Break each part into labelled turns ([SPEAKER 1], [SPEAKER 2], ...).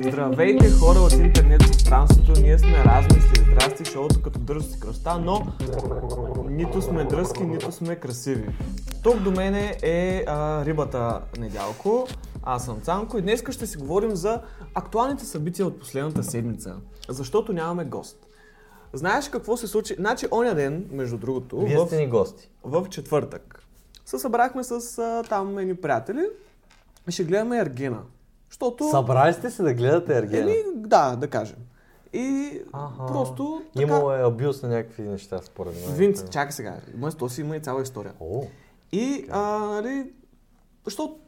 [SPEAKER 1] Здравейте хора от интернет пространството, ние сме размисли. Здрасти, шоуто като дръсти кръста, но нито сме дръзки, нито сме красиви. Тук до мене е а, рибата Недялко, аз съм Цанко и днес ще си говорим за актуалните събития от последната седмица, защото нямаме гост. Знаеш какво се случи? Значи, оня ден, между другото,
[SPEAKER 2] Вие
[SPEAKER 1] в
[SPEAKER 2] сте ни гости.
[SPEAKER 1] в четвъртък. Се събрахме с а, там едни приятели и ще гледаме Ергена. Защото...
[SPEAKER 2] Събрали сте се да гледате Ергена.
[SPEAKER 1] Ели, да, да кажем. И
[SPEAKER 2] Аха.
[SPEAKER 1] просто така...
[SPEAKER 2] Имало е абюз на някакви неща, според мен.
[SPEAKER 1] Винц, чакай сега. Има, то си има и цяла история.
[SPEAKER 2] О,
[SPEAKER 1] И, а, нали, защото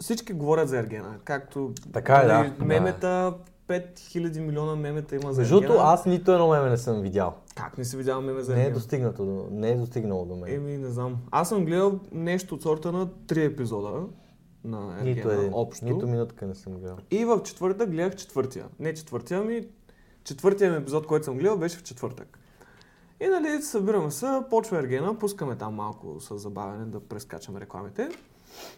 [SPEAKER 1] всички говорят за Ергена, както
[SPEAKER 2] Така е,
[SPEAKER 1] нали,
[SPEAKER 2] да.
[SPEAKER 1] мемета, 5000 милиона мемета има за
[SPEAKER 2] между другото,
[SPEAKER 1] Ергена.
[SPEAKER 2] аз нито едно меме не съм видял.
[SPEAKER 1] Как не си видял меме за
[SPEAKER 2] Не е,
[SPEAKER 1] Ергена?
[SPEAKER 2] достигнато, до- не е достигнало до мен.
[SPEAKER 1] Еми, не знам. Аз съм гледал нещо от сорта на три епизода на Ергена.
[SPEAKER 2] нито един.
[SPEAKER 1] Общо.
[SPEAKER 2] Нито минутка не съм гледал.
[SPEAKER 1] И в четвъртък гледах четвъртия. Не четвъртия ми, четвъртия ми епизод, който съм гледал, беше в четвъртък. И нали, събираме се, почва Ергена, пускаме там малко с забавяне да прескачам рекламите.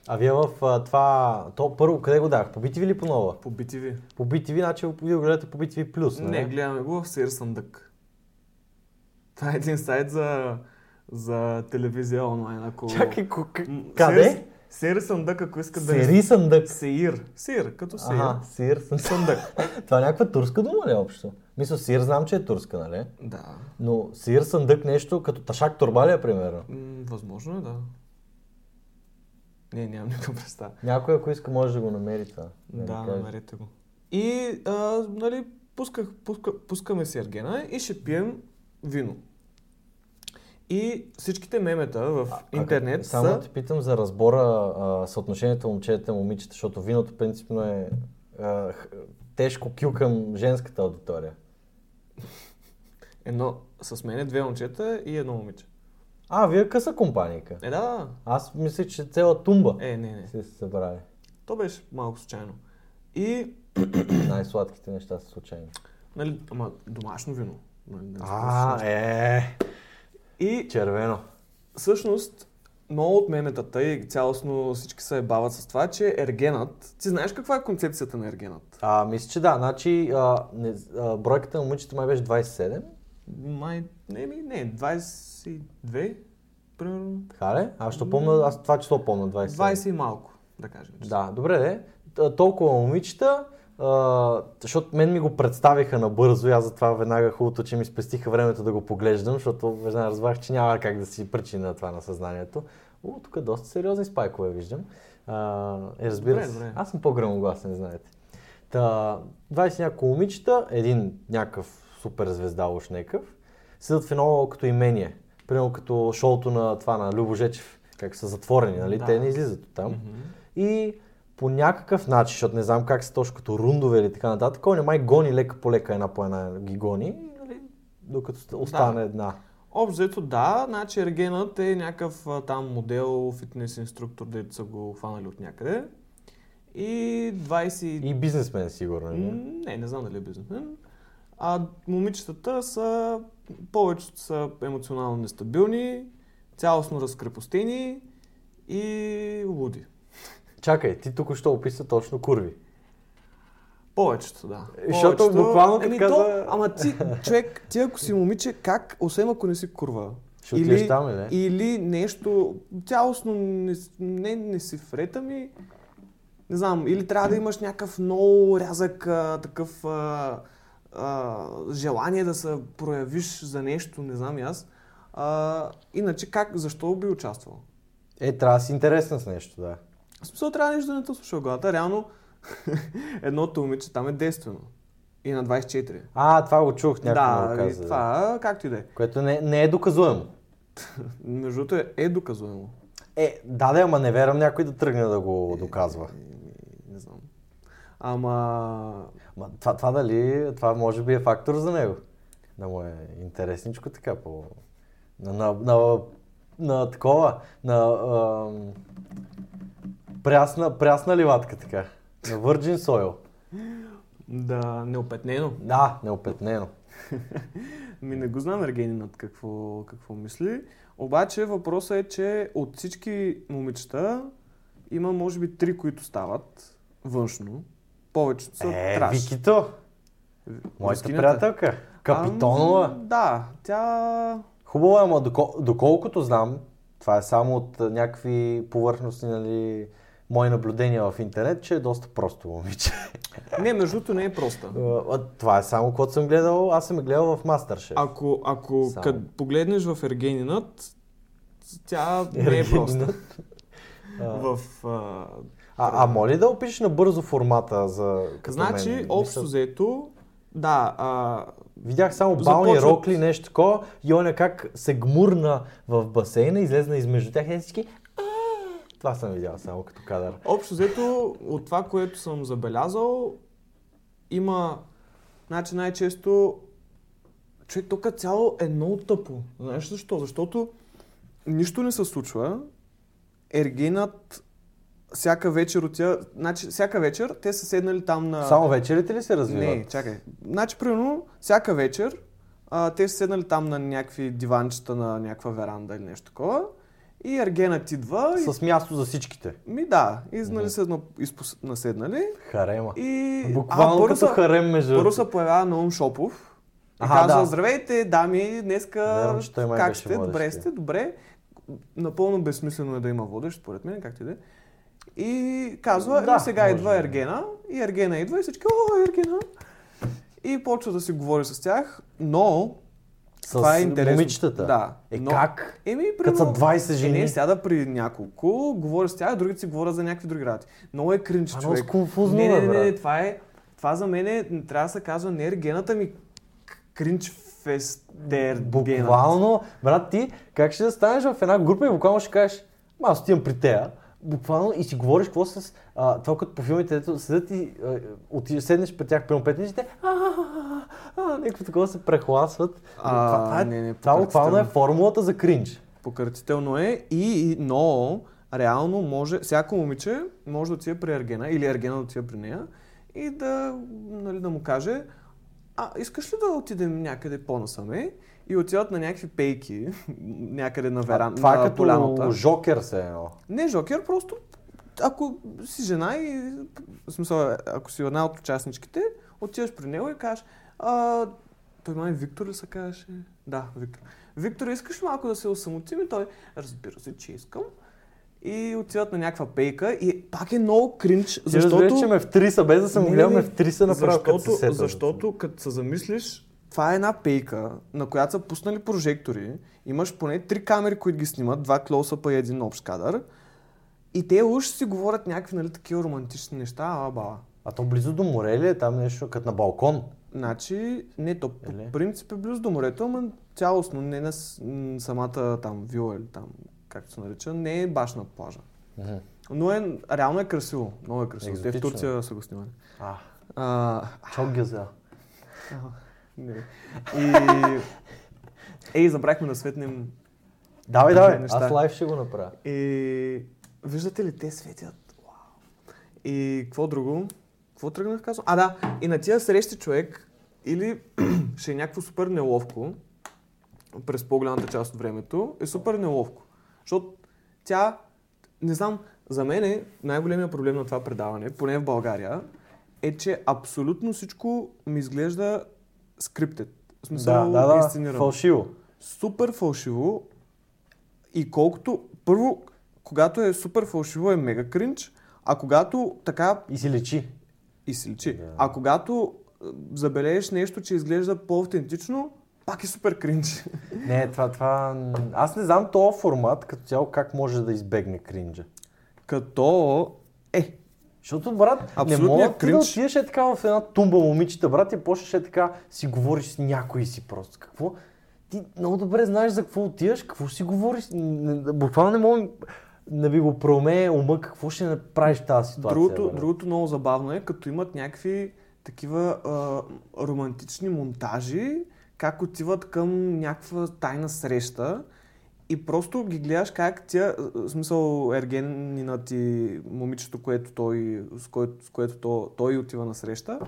[SPEAKER 2] А вие в а, това... То първо, къде го дах? По BTV или по нова?
[SPEAKER 1] По BTV.
[SPEAKER 2] По BTV, значи вие го гледате по BTV+. Плюс, нали?
[SPEAKER 1] Не, гледаме го в Сир Съндък. Това е един сайт за, за телевизия онлайн, ако...
[SPEAKER 2] Чакай, ко- к-
[SPEAKER 1] М, Сир-
[SPEAKER 2] къде?
[SPEAKER 1] Сир Съндък, ако иска да...
[SPEAKER 2] Сери съндък.
[SPEAKER 1] Сир. Сир, като Сир.
[SPEAKER 2] Аха, сир съндък.
[SPEAKER 1] Съндък.
[SPEAKER 2] Това е някаква турска дума ли е общо? Мисля, сир знам, че е турска, нали?
[SPEAKER 1] Да.
[SPEAKER 2] Но сир съндък нещо като ташак турбалия, примерно.
[SPEAKER 1] М, възможно е, да. Не, нямам никаква представа.
[SPEAKER 2] Някой, ако иска, може да го намери това. ни
[SPEAKER 1] Да,
[SPEAKER 2] каже.
[SPEAKER 1] намерете го. И, а, нали, пусках, пуска, пускаме си Ергена и ще пием вино. И всичките мемета в
[SPEAKER 2] А,
[SPEAKER 1] интернет
[SPEAKER 2] Само да
[SPEAKER 1] са...
[SPEAKER 2] те питам за разбора, а, съотношението момчета и момичета, защото виното принципно е а, х- тежко кю към женската аудитория.
[SPEAKER 1] Едно, с мене две момчета и едно момиче.
[SPEAKER 2] А, вие къса компанийка.
[SPEAKER 1] Е, да, да.
[SPEAKER 2] Аз мисля, че цяла тумба
[SPEAKER 1] да. Е, не, не.
[SPEAKER 2] сте се събрали.
[SPEAKER 1] То беше малко случайно. И,
[SPEAKER 2] Най-сладките неща са случайни.
[SPEAKER 1] нали, ама домашно вино. Нали, не
[SPEAKER 2] А, е,
[SPEAKER 1] и
[SPEAKER 2] червено.
[SPEAKER 1] Всъщност, много от меметата и цялостно всички се бават с това, че ергенът... Ти знаеш каква е концепцията на ергенът?
[SPEAKER 2] А, мисля, че да. Значи, а, не, а, бройката на момичета май беше 27.
[SPEAKER 1] Май... Не, ми, не, 22, примерно.
[SPEAKER 2] Така ли? Аз ще помня, аз това число помня 27.
[SPEAKER 1] 20 и малко, да кажем. че.
[SPEAKER 2] Да, добре де. Т- Толкова момичета, а, защото мен ми го представиха набързо и аз затова веднага хубавото, че ми спестиха времето да го поглеждам, защото веднага разбрах, че няма как да си причина това на съзнанието. О, тук е доста сериозни спайкове виждам. А, е, разбира
[SPEAKER 1] Добре,
[SPEAKER 2] се,
[SPEAKER 1] добре.
[SPEAKER 2] аз съм по-гръмогласен, знаете. Та, 20 няколко момичета, един някакъв супер звезда уж някакъв, седат в едно като имение. Примерно като шоуто на това на Любожечев, как са затворени, нали?
[SPEAKER 1] Да.
[SPEAKER 2] Те не излизат от там. И по някакъв начин, защото не знам как са точно като рундове или така нататък, он май гони лека по лека една по една ги гони, нали? докато ст- остане една.
[SPEAKER 1] Общо взето да, значи ергенът е някакъв а, там модел, фитнес инструктор, дето са го хванали от някъде. И 20...
[SPEAKER 2] И бизнесмен сигурно. нали?
[SPEAKER 1] М,
[SPEAKER 2] Не?
[SPEAKER 1] Не, не знам дали е бизнесмен. А момичетата са, повечето са емоционално нестабилни, цялостно разкрепостени и луди.
[SPEAKER 2] Чакай, ти тук що описа точно курви.
[SPEAKER 1] Повечето, да.
[SPEAKER 2] Е, защото
[SPEAKER 1] Повечето-
[SPEAKER 2] буквално
[SPEAKER 1] Еми,
[SPEAKER 2] така
[SPEAKER 1] то-
[SPEAKER 2] за-
[SPEAKER 1] Ама ти, човек, ти ако си момиче, как, освен ако не си курва,
[SPEAKER 2] Ще отидеш там, или?
[SPEAKER 1] или нещо цялостно не, с- не, не си фрета ми, не знам, или трябва да имаш някакъв много рязък а, такъв а, а, желание да се проявиш за нещо, не знам и аз. А, иначе как, защо би участвал?
[SPEAKER 2] Е, трябва да си интересен с нещо, да.
[SPEAKER 1] В смисъл трябва нещо да не те слуша в главата. Реално едното момиче там е действено. И на 24.
[SPEAKER 2] А, това го чух, някой
[SPEAKER 1] да,
[SPEAKER 2] ми го
[SPEAKER 1] и
[SPEAKER 2] каза. Да.
[SPEAKER 1] това, както и да е.
[SPEAKER 2] Което не, не е доказуемо.
[SPEAKER 1] Между другото е, е доказуемо.
[SPEAKER 2] Е, да, да, ама не вярвам някой да тръгне да го доказва.
[SPEAKER 1] Еми, Не знам. Ама...
[SPEAKER 2] Ма, това, това дали, това може би е фактор за него. Да му е интересничко така по... На, на, на, на такова, на ам, прясна, прясна ливатка така. На Virgin Soil.
[SPEAKER 1] Да, неопетнено.
[SPEAKER 2] Да, неопетнено.
[SPEAKER 1] Ми не го знам Ергенинът какво, какво мисли. Обаче въпросът е, че от всички момичета има може би три, които стават външно.
[SPEAKER 3] повечето са
[SPEAKER 2] Е,
[SPEAKER 3] траш.
[SPEAKER 2] Викито, моята
[SPEAKER 3] Рускинята.
[SPEAKER 2] приятелка, Капитонова.
[SPEAKER 3] Ам, Да, тя...
[SPEAKER 2] Хубаво е, ама докол- доколкото знам, това е само от а, някакви повърхностни, нали, мои наблюдения в интернет, че е доста просто момиче.
[SPEAKER 1] Не, между другото не е проста.
[SPEAKER 2] А, Това е само което съм гледал, аз съм я гледал в Мастершеф.
[SPEAKER 1] Ако, ако
[SPEAKER 2] Само.
[SPEAKER 1] кът погледнеш в Ергенинът, тя не е проста. В, а,
[SPEAKER 2] А, а моля ли да опишеш набързо формата за като
[SPEAKER 1] значи,
[SPEAKER 2] мен?
[SPEAKER 1] общо
[SPEAKER 2] Мисля,
[SPEAKER 1] взето, да, а,
[SPEAKER 2] Видях само бални
[SPEAKER 1] започват-
[SPEAKER 2] рокли, нещо такова, и оня как се гмурна в басейна, излезна измежду тях и те всички... «А!» Това съм видял само като кадър.
[SPEAKER 1] общо взето, от това, което съм забелязал, има, значи най-често, че тук цяло е много тъпо. Знаеш защо? Защото нищо не се случва, Ергенът всяка вечер отива, значи всяка вечер те са седнали там на...
[SPEAKER 2] Само вечерите ли се развиват?
[SPEAKER 1] Не, чакай. Значи, примерно, всяка вечер а, те са седнали там на някакви диванчета на някаква веранда или нещо такова. И Ергенът идва и...
[SPEAKER 2] С място за всичките.
[SPEAKER 1] Ми да, и нали
[SPEAKER 2] Мгм.
[SPEAKER 1] се на- изпос- наседнали.
[SPEAKER 2] Харема.
[SPEAKER 1] И...
[SPEAKER 2] Буквално
[SPEAKER 1] първо
[SPEAKER 2] като
[SPEAKER 1] се-
[SPEAKER 2] харем между...
[SPEAKER 1] Първо се появява Наум Шопов. И
[SPEAKER 2] Аха,
[SPEAKER 1] казва,
[SPEAKER 2] да.
[SPEAKER 1] здравейте, дами, днеска
[SPEAKER 2] Вярно, че той май
[SPEAKER 1] как
[SPEAKER 2] беше
[SPEAKER 1] сте, добре
[SPEAKER 2] водещия.
[SPEAKER 1] сте, добре. Напълно безсмислено е да има водещ, според мен, как ти да е. И казва,
[SPEAKER 2] Да,
[SPEAKER 1] да, сега
[SPEAKER 2] може
[SPEAKER 1] идва
[SPEAKER 2] да е.
[SPEAKER 1] Ергена, и Ергена идва и всички, о, Ергена. И почва да си говори с тях, но
[SPEAKER 2] С
[SPEAKER 1] това е интересно.
[SPEAKER 2] момичетата.
[SPEAKER 1] Да.
[SPEAKER 2] Е
[SPEAKER 1] но-
[SPEAKER 2] как?
[SPEAKER 1] Еми,
[SPEAKER 2] Като са
[SPEAKER 1] примерно,
[SPEAKER 2] 20
[SPEAKER 1] е,
[SPEAKER 2] жени.
[SPEAKER 1] не, сяда при няколко, говори с тях, другите си говорят за някакви други работи. Много е кринч,
[SPEAKER 2] Това е
[SPEAKER 1] човек.
[SPEAKER 2] много конфузно,
[SPEAKER 1] не, не,
[SPEAKER 2] бе,
[SPEAKER 1] не, не,
[SPEAKER 2] брат.
[SPEAKER 1] не, това е... Това за мен е, не трябва да се казва не ергената ми к- кринч е фестер.
[SPEAKER 2] Буквално, брат, ти как ще станеш в една група и буквално ще кажеш, «Ма, аз отивам при тея, буквално и си говориш какво с а, това, като по филмите, дето седят и а, отидеш, седнеш при тях, примерно пет минути, и те, «А, а, а, а», някакво такова се прехласват.
[SPEAKER 1] А,
[SPEAKER 2] това, това, е-
[SPEAKER 1] не, не,
[SPEAKER 2] това буквално е
[SPEAKER 1] пократително.
[SPEAKER 2] формулата за кринж.
[SPEAKER 1] Пократително е и, и но реално може, всяко момиче може да отиде при Ергена или Ергена да отиде при нея и да, нали, да му каже а искаш ли да отидем някъде по-насаме? И отиват на някакви пейки, някъде на веранда,
[SPEAKER 2] това
[SPEAKER 1] на
[SPEAKER 2] е като
[SPEAKER 1] поляната.
[SPEAKER 2] жокер се е, едно.
[SPEAKER 1] Не, Жокер, просто ако си жена и, в смисъл, ако си една от участничките, отиваш при него и кажеш, а, той май Виктор ли се казваше? Да, Виктор. Виктор, искаш малко да се осамотим и той, разбира се, че искам. И отиват на някаква пейка и пак е много кринч,
[SPEAKER 2] Ти разбираш, че
[SPEAKER 1] защото...
[SPEAKER 2] ме в триса, без да съм
[SPEAKER 1] Не,
[SPEAKER 2] го
[SPEAKER 1] не,
[SPEAKER 2] гледал,
[SPEAKER 1] не.
[SPEAKER 2] ме в триса направо, като се
[SPEAKER 1] Нали? защото,
[SPEAKER 2] сетя за
[SPEAKER 1] защото като се замислиш, това е една пейка, на която са пуснали прожектори, имаш поне три камери, които ги снимат, два клоусъпа и един общ кадър. И те уж си говорят някакви нали, такива романтични неща, ала бала.
[SPEAKER 2] А то близо до море ли е там нещо, като на балкон?
[SPEAKER 1] Значи, не, то по
[SPEAKER 2] Еле.
[SPEAKER 1] принцип е близо до морето, ама цялостно, не на с- м, самата там вила или там, както се нарича, не е баш на плажа. Но е, реално е красиво, много е красиво. Те в
[SPEAKER 2] Екзотично.
[SPEAKER 1] Турция са го снимали.
[SPEAKER 2] А,
[SPEAKER 1] А,
[SPEAKER 2] чогюза.
[SPEAKER 1] не. И... Ей, забрахме да светнем
[SPEAKER 2] Давай, давай,
[SPEAKER 1] Неща.
[SPEAKER 2] аз лайв ще го направя.
[SPEAKER 1] И Е, виждате ли, те светят. Вау. И какво друго? Какво тръгнах казвам? А, да, и на тия срещи човек или ще е някакво супер неловко през по-голямата част от времето, е супер неловко. Защото тя, не знам, за мен е най-големия проблем на това предаване, поне в България, е, че абсолютно всичко ми изглежда скриптед. В
[SPEAKER 2] Да,
[SPEAKER 1] смисъл,
[SPEAKER 2] да, да,
[SPEAKER 1] инсценирано
[SPEAKER 2] фалшиво.
[SPEAKER 1] супер фалшиво и колкото... Първо, когато е супер фалшиво е мега кринч, а когато така
[SPEAKER 2] И си лечи.
[SPEAKER 1] и си личи.
[SPEAKER 2] Да.
[SPEAKER 1] А когато е, забележиш нещо, че изглежда по-автентично, пак е супер кринч.
[SPEAKER 2] Не, това, това... Аз не знам този формат като цяло как може да избегне кринджа.
[SPEAKER 1] Като... Е,
[SPEAKER 2] Защото, брат, не
[SPEAKER 1] Абсолютният
[SPEAKER 2] мога ти да
[SPEAKER 1] кринж.
[SPEAKER 2] отидеш е така в една тумба момичета, брат, и почнеш е така си говориш с някой си просто. Какво? Ти много добре знаеш за какво отиваш, какво си говориш. Н- н- Буквално не мога да би го проумее ума, какво ще направиш в тази ситуация.
[SPEAKER 1] Другото,
[SPEAKER 2] брат.
[SPEAKER 1] другото много забавно е, като имат някакви такива а, романтични монтажи, как отиват към някаква тайна среща и просто ги гледаш как тя, в смисъл ергенинът и момичето, което той, с което, с което то, той отива на среща,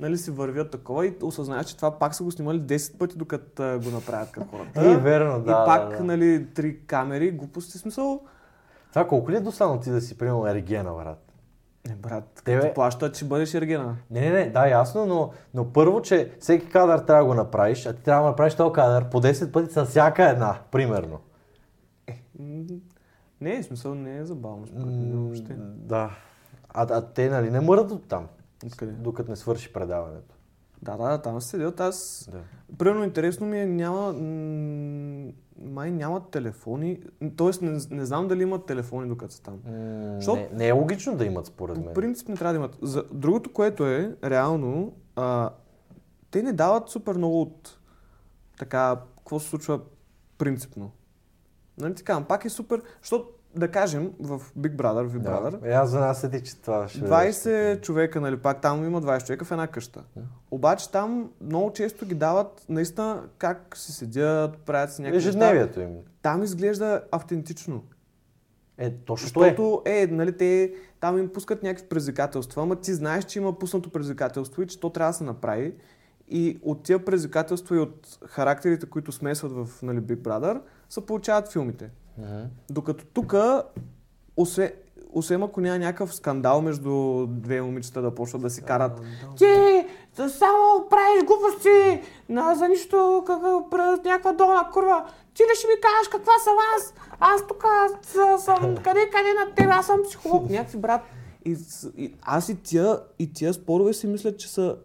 [SPEAKER 1] нали си вървят такова и осъзнаеш, че това пак са го снимали 10 пъти, докато а, го направят към хората.
[SPEAKER 2] Е, верно, да,
[SPEAKER 1] и пак,
[SPEAKER 2] да, да.
[SPEAKER 1] нали, три камери, глупости, в смисъл...
[SPEAKER 2] Това колко ли е достанал ти да си приемал Ергена, брат?
[SPEAKER 1] Не, Брат,
[SPEAKER 2] Те, бе.
[SPEAKER 1] като плащат, ще бъдеш ергена.
[SPEAKER 2] Не, не, не, да, ясно, но, но първо, че всеки кадър трябва да го направиш, а ти трябва да направиш този кадър по 10 пъти с всяка една, примерно.
[SPEAKER 1] Не, в смисъл не е забавно. Според мен
[SPEAKER 2] М,
[SPEAKER 1] въобще.
[SPEAKER 2] Да. А, а те, нали, не мърдат от там,
[SPEAKER 1] Откъде?
[SPEAKER 2] докато не свърши предаването.
[SPEAKER 1] Да, да, да, там се седят. Аз
[SPEAKER 2] Да.
[SPEAKER 1] Примерно интересно ми е, няма... м, Май нямат телефони, т.е. не, не знам дали имат телефони докато са там.
[SPEAKER 2] М,
[SPEAKER 1] Що-
[SPEAKER 2] Не, не е логично да имат, според мен.
[SPEAKER 1] По принцип не трябва да имат. За, другото, което е, реално, а, те не дават супер много от така, какво се случва принципно. Нали така, пак е супер, защото да кажем в Big Brother, Big Brother,
[SPEAKER 2] Да. Е, Аз за нас седи, че това ще... е
[SPEAKER 1] 20 човека, нали, пак там има 20 човека в една къща.
[SPEAKER 2] Да.
[SPEAKER 1] Обаче там много често ги дават наистина как си седят, правят си някакви неща.
[SPEAKER 2] Ежедневието им.
[SPEAKER 1] Там изглежда автентично.
[SPEAKER 2] Е, точно е.
[SPEAKER 1] Защото е, нали, те там им пускат някакви предизвикателства, ама ти знаеш, че има пуснато предизвикателство и че то трябва да се направи. И от тия предизвикателства и от характерите, които смесват в нали, Big Brother, се получават филмите.
[SPEAKER 2] Мгм.
[SPEAKER 1] Докато тук, освен, освен ако няма някакъв скандал между две момичета да почват да си карат. Ти, за- само правиш глупости, на, за нищо, как, през някаква долна курва. Ти ли ще ми кажеш каква съм аз? Аз тук с- съм, къде, къде на теб, аз съм психолог. Някакви брат. И, с- и, аз и тия, и тия спорове си мислят, че са
[SPEAKER 2] Буквално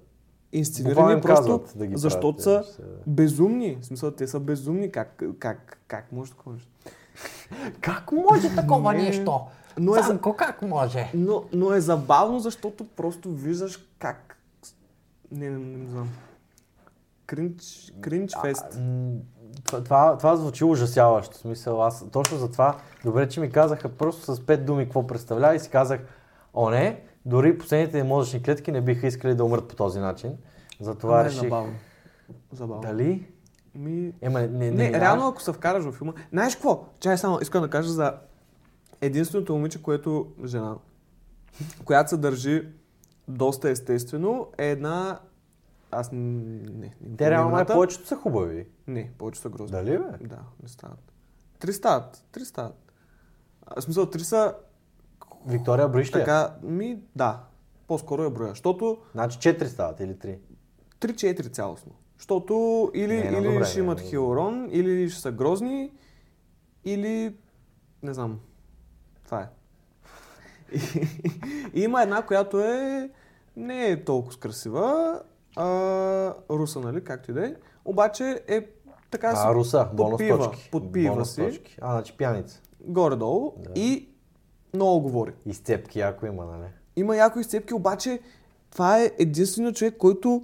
[SPEAKER 1] инстинирани
[SPEAKER 2] им
[SPEAKER 1] просто,
[SPEAKER 2] казват да ги
[SPEAKER 1] защото са
[SPEAKER 2] правят, е, ще-
[SPEAKER 1] безумни. В смисъл, те са безумни. Как, как, как може такова нещо?
[SPEAKER 4] Как може такова
[SPEAKER 1] Не.
[SPEAKER 4] нещо?
[SPEAKER 1] Но е за-
[SPEAKER 4] Санко, как може?
[SPEAKER 1] Но, но е забавно, защото просто виждаш как... Не, не, не знам. Кринч, кринч фест.
[SPEAKER 2] М, Това, това, това звучи ужасяващо. В Смисъл, аз точно за това, добре, че ми казаха просто с пет думи какво представлява и си казах, о не, дори последните мозъчни клетки не биха искали да умрат по този начин. Затова
[SPEAKER 1] Ама е
[SPEAKER 2] реших.
[SPEAKER 1] забавно. Забавно.
[SPEAKER 2] Дали?
[SPEAKER 1] Ми...
[SPEAKER 2] Ема, не, не,
[SPEAKER 1] Не,
[SPEAKER 2] минава.
[SPEAKER 1] реално ако се вкараш във филма... Знаеш какво? Чай само, искам да кажа за единственото момиче, което е жена, която се държи доста естествено, е една... Аз н- не... не
[SPEAKER 2] Те реално май
[SPEAKER 1] имената.
[SPEAKER 2] повечето са хубави.
[SPEAKER 1] Не, повече са грозни.
[SPEAKER 2] Дали бе?
[SPEAKER 1] Да, не стават. Три стават, три стават. А, в смисъл, три са
[SPEAKER 2] Виктория Бриш ли е?
[SPEAKER 1] Така, ми, да. По-скоро е броя. Защото
[SPEAKER 2] Значи 4 стават или 3.
[SPEAKER 1] 3-4 цялостно. Защото или,
[SPEAKER 2] Не,
[SPEAKER 1] не,
[SPEAKER 2] но
[SPEAKER 1] или
[SPEAKER 2] добре,
[SPEAKER 1] ще
[SPEAKER 2] не,
[SPEAKER 1] имат
[SPEAKER 2] но-
[SPEAKER 1] хиорон, или ще са грозни, или... Не знам. Това е. И, и има една, която е... Не е толкова красива. А, руса, нали? Както и да е. Обаче е така
[SPEAKER 2] А, Руса, бонус
[SPEAKER 1] подпива,
[SPEAKER 2] точки.
[SPEAKER 1] подпива
[SPEAKER 2] бонус
[SPEAKER 1] си.
[SPEAKER 2] точки. А, значи пияница.
[SPEAKER 1] горе-долу
[SPEAKER 2] Да.
[SPEAKER 1] и много говори.
[SPEAKER 2] Изцепки, ако има, нали?
[SPEAKER 1] Има някои изцепки, обаче това е единственият човек, който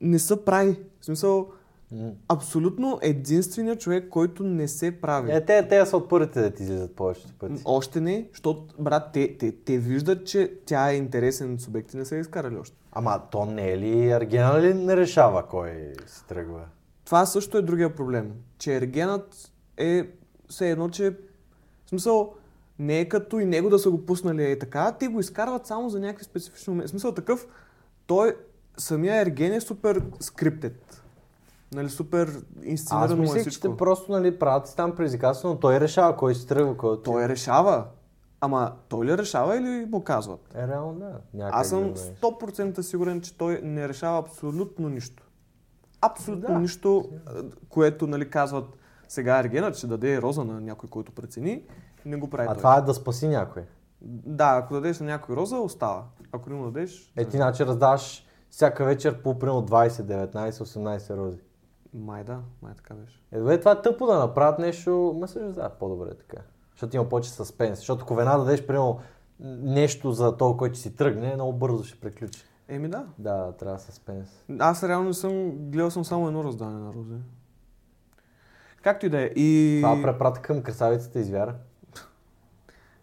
[SPEAKER 1] не се прави. В смисъл,
[SPEAKER 2] М.
[SPEAKER 1] абсолютно единственият човек, който не се прави.
[SPEAKER 2] Е, те, те са от първите да ти излизат повечето пъти.
[SPEAKER 1] Още не, защото, брат, те, те, те виждат, че тя е интересен субект и не са я изкарали още.
[SPEAKER 2] Ама то не е ли Аргена ли не решава кой се тръгва?
[SPEAKER 1] Това също е другия проблем, че ергенът е все едно, че в смисъл не е като и него да са го пуснали и така, те го изкарват само за някакви специфични моменти. В смисъл такъв, той самия ерген е супер скриптед. Нали, супер
[SPEAKER 2] Аз
[SPEAKER 1] инсценирано му е
[SPEAKER 2] мислех, че
[SPEAKER 1] всичко.
[SPEAKER 2] те просто нали, правят си там предизвикателство, но той решава кой се тръгва, кой отива.
[SPEAKER 1] Той решава. Ама той ли решава или му казват?
[SPEAKER 2] Е, реално да. Някак
[SPEAKER 1] Аз съм
[SPEAKER 2] да знаеш.
[SPEAKER 1] 100% сигурен, че той не решава абсолютно нищо. Абсолютно да. нищо, а, което нали, казват сега Ергенът ще даде роза на някой, който прецени, не го прави
[SPEAKER 2] А
[SPEAKER 1] той.
[SPEAKER 2] това е да спаси някой.
[SPEAKER 1] Да, ако дадеш на някой роза, остава. Ако не му дадеш,
[SPEAKER 2] Е, ти иначе раздаваш всяка вечер по примерно 20, 19, 18 рози.
[SPEAKER 1] май да, май така беше.
[SPEAKER 2] Е, добре, това е тъпо да направят нещо, ме също да, по-добре е така. Защото има повече съспенс. Защото ако веднага дадеш, примерно, нещо за то, който си тръгне, много бързо ще приключи.
[SPEAKER 1] Еми да.
[SPEAKER 2] Да, трябва съспенс.
[SPEAKER 1] Аз реално не съм, гледал съм само едно раздаване на рози. Както и да е. И...
[SPEAKER 2] Това е препратка към красавицата извяра.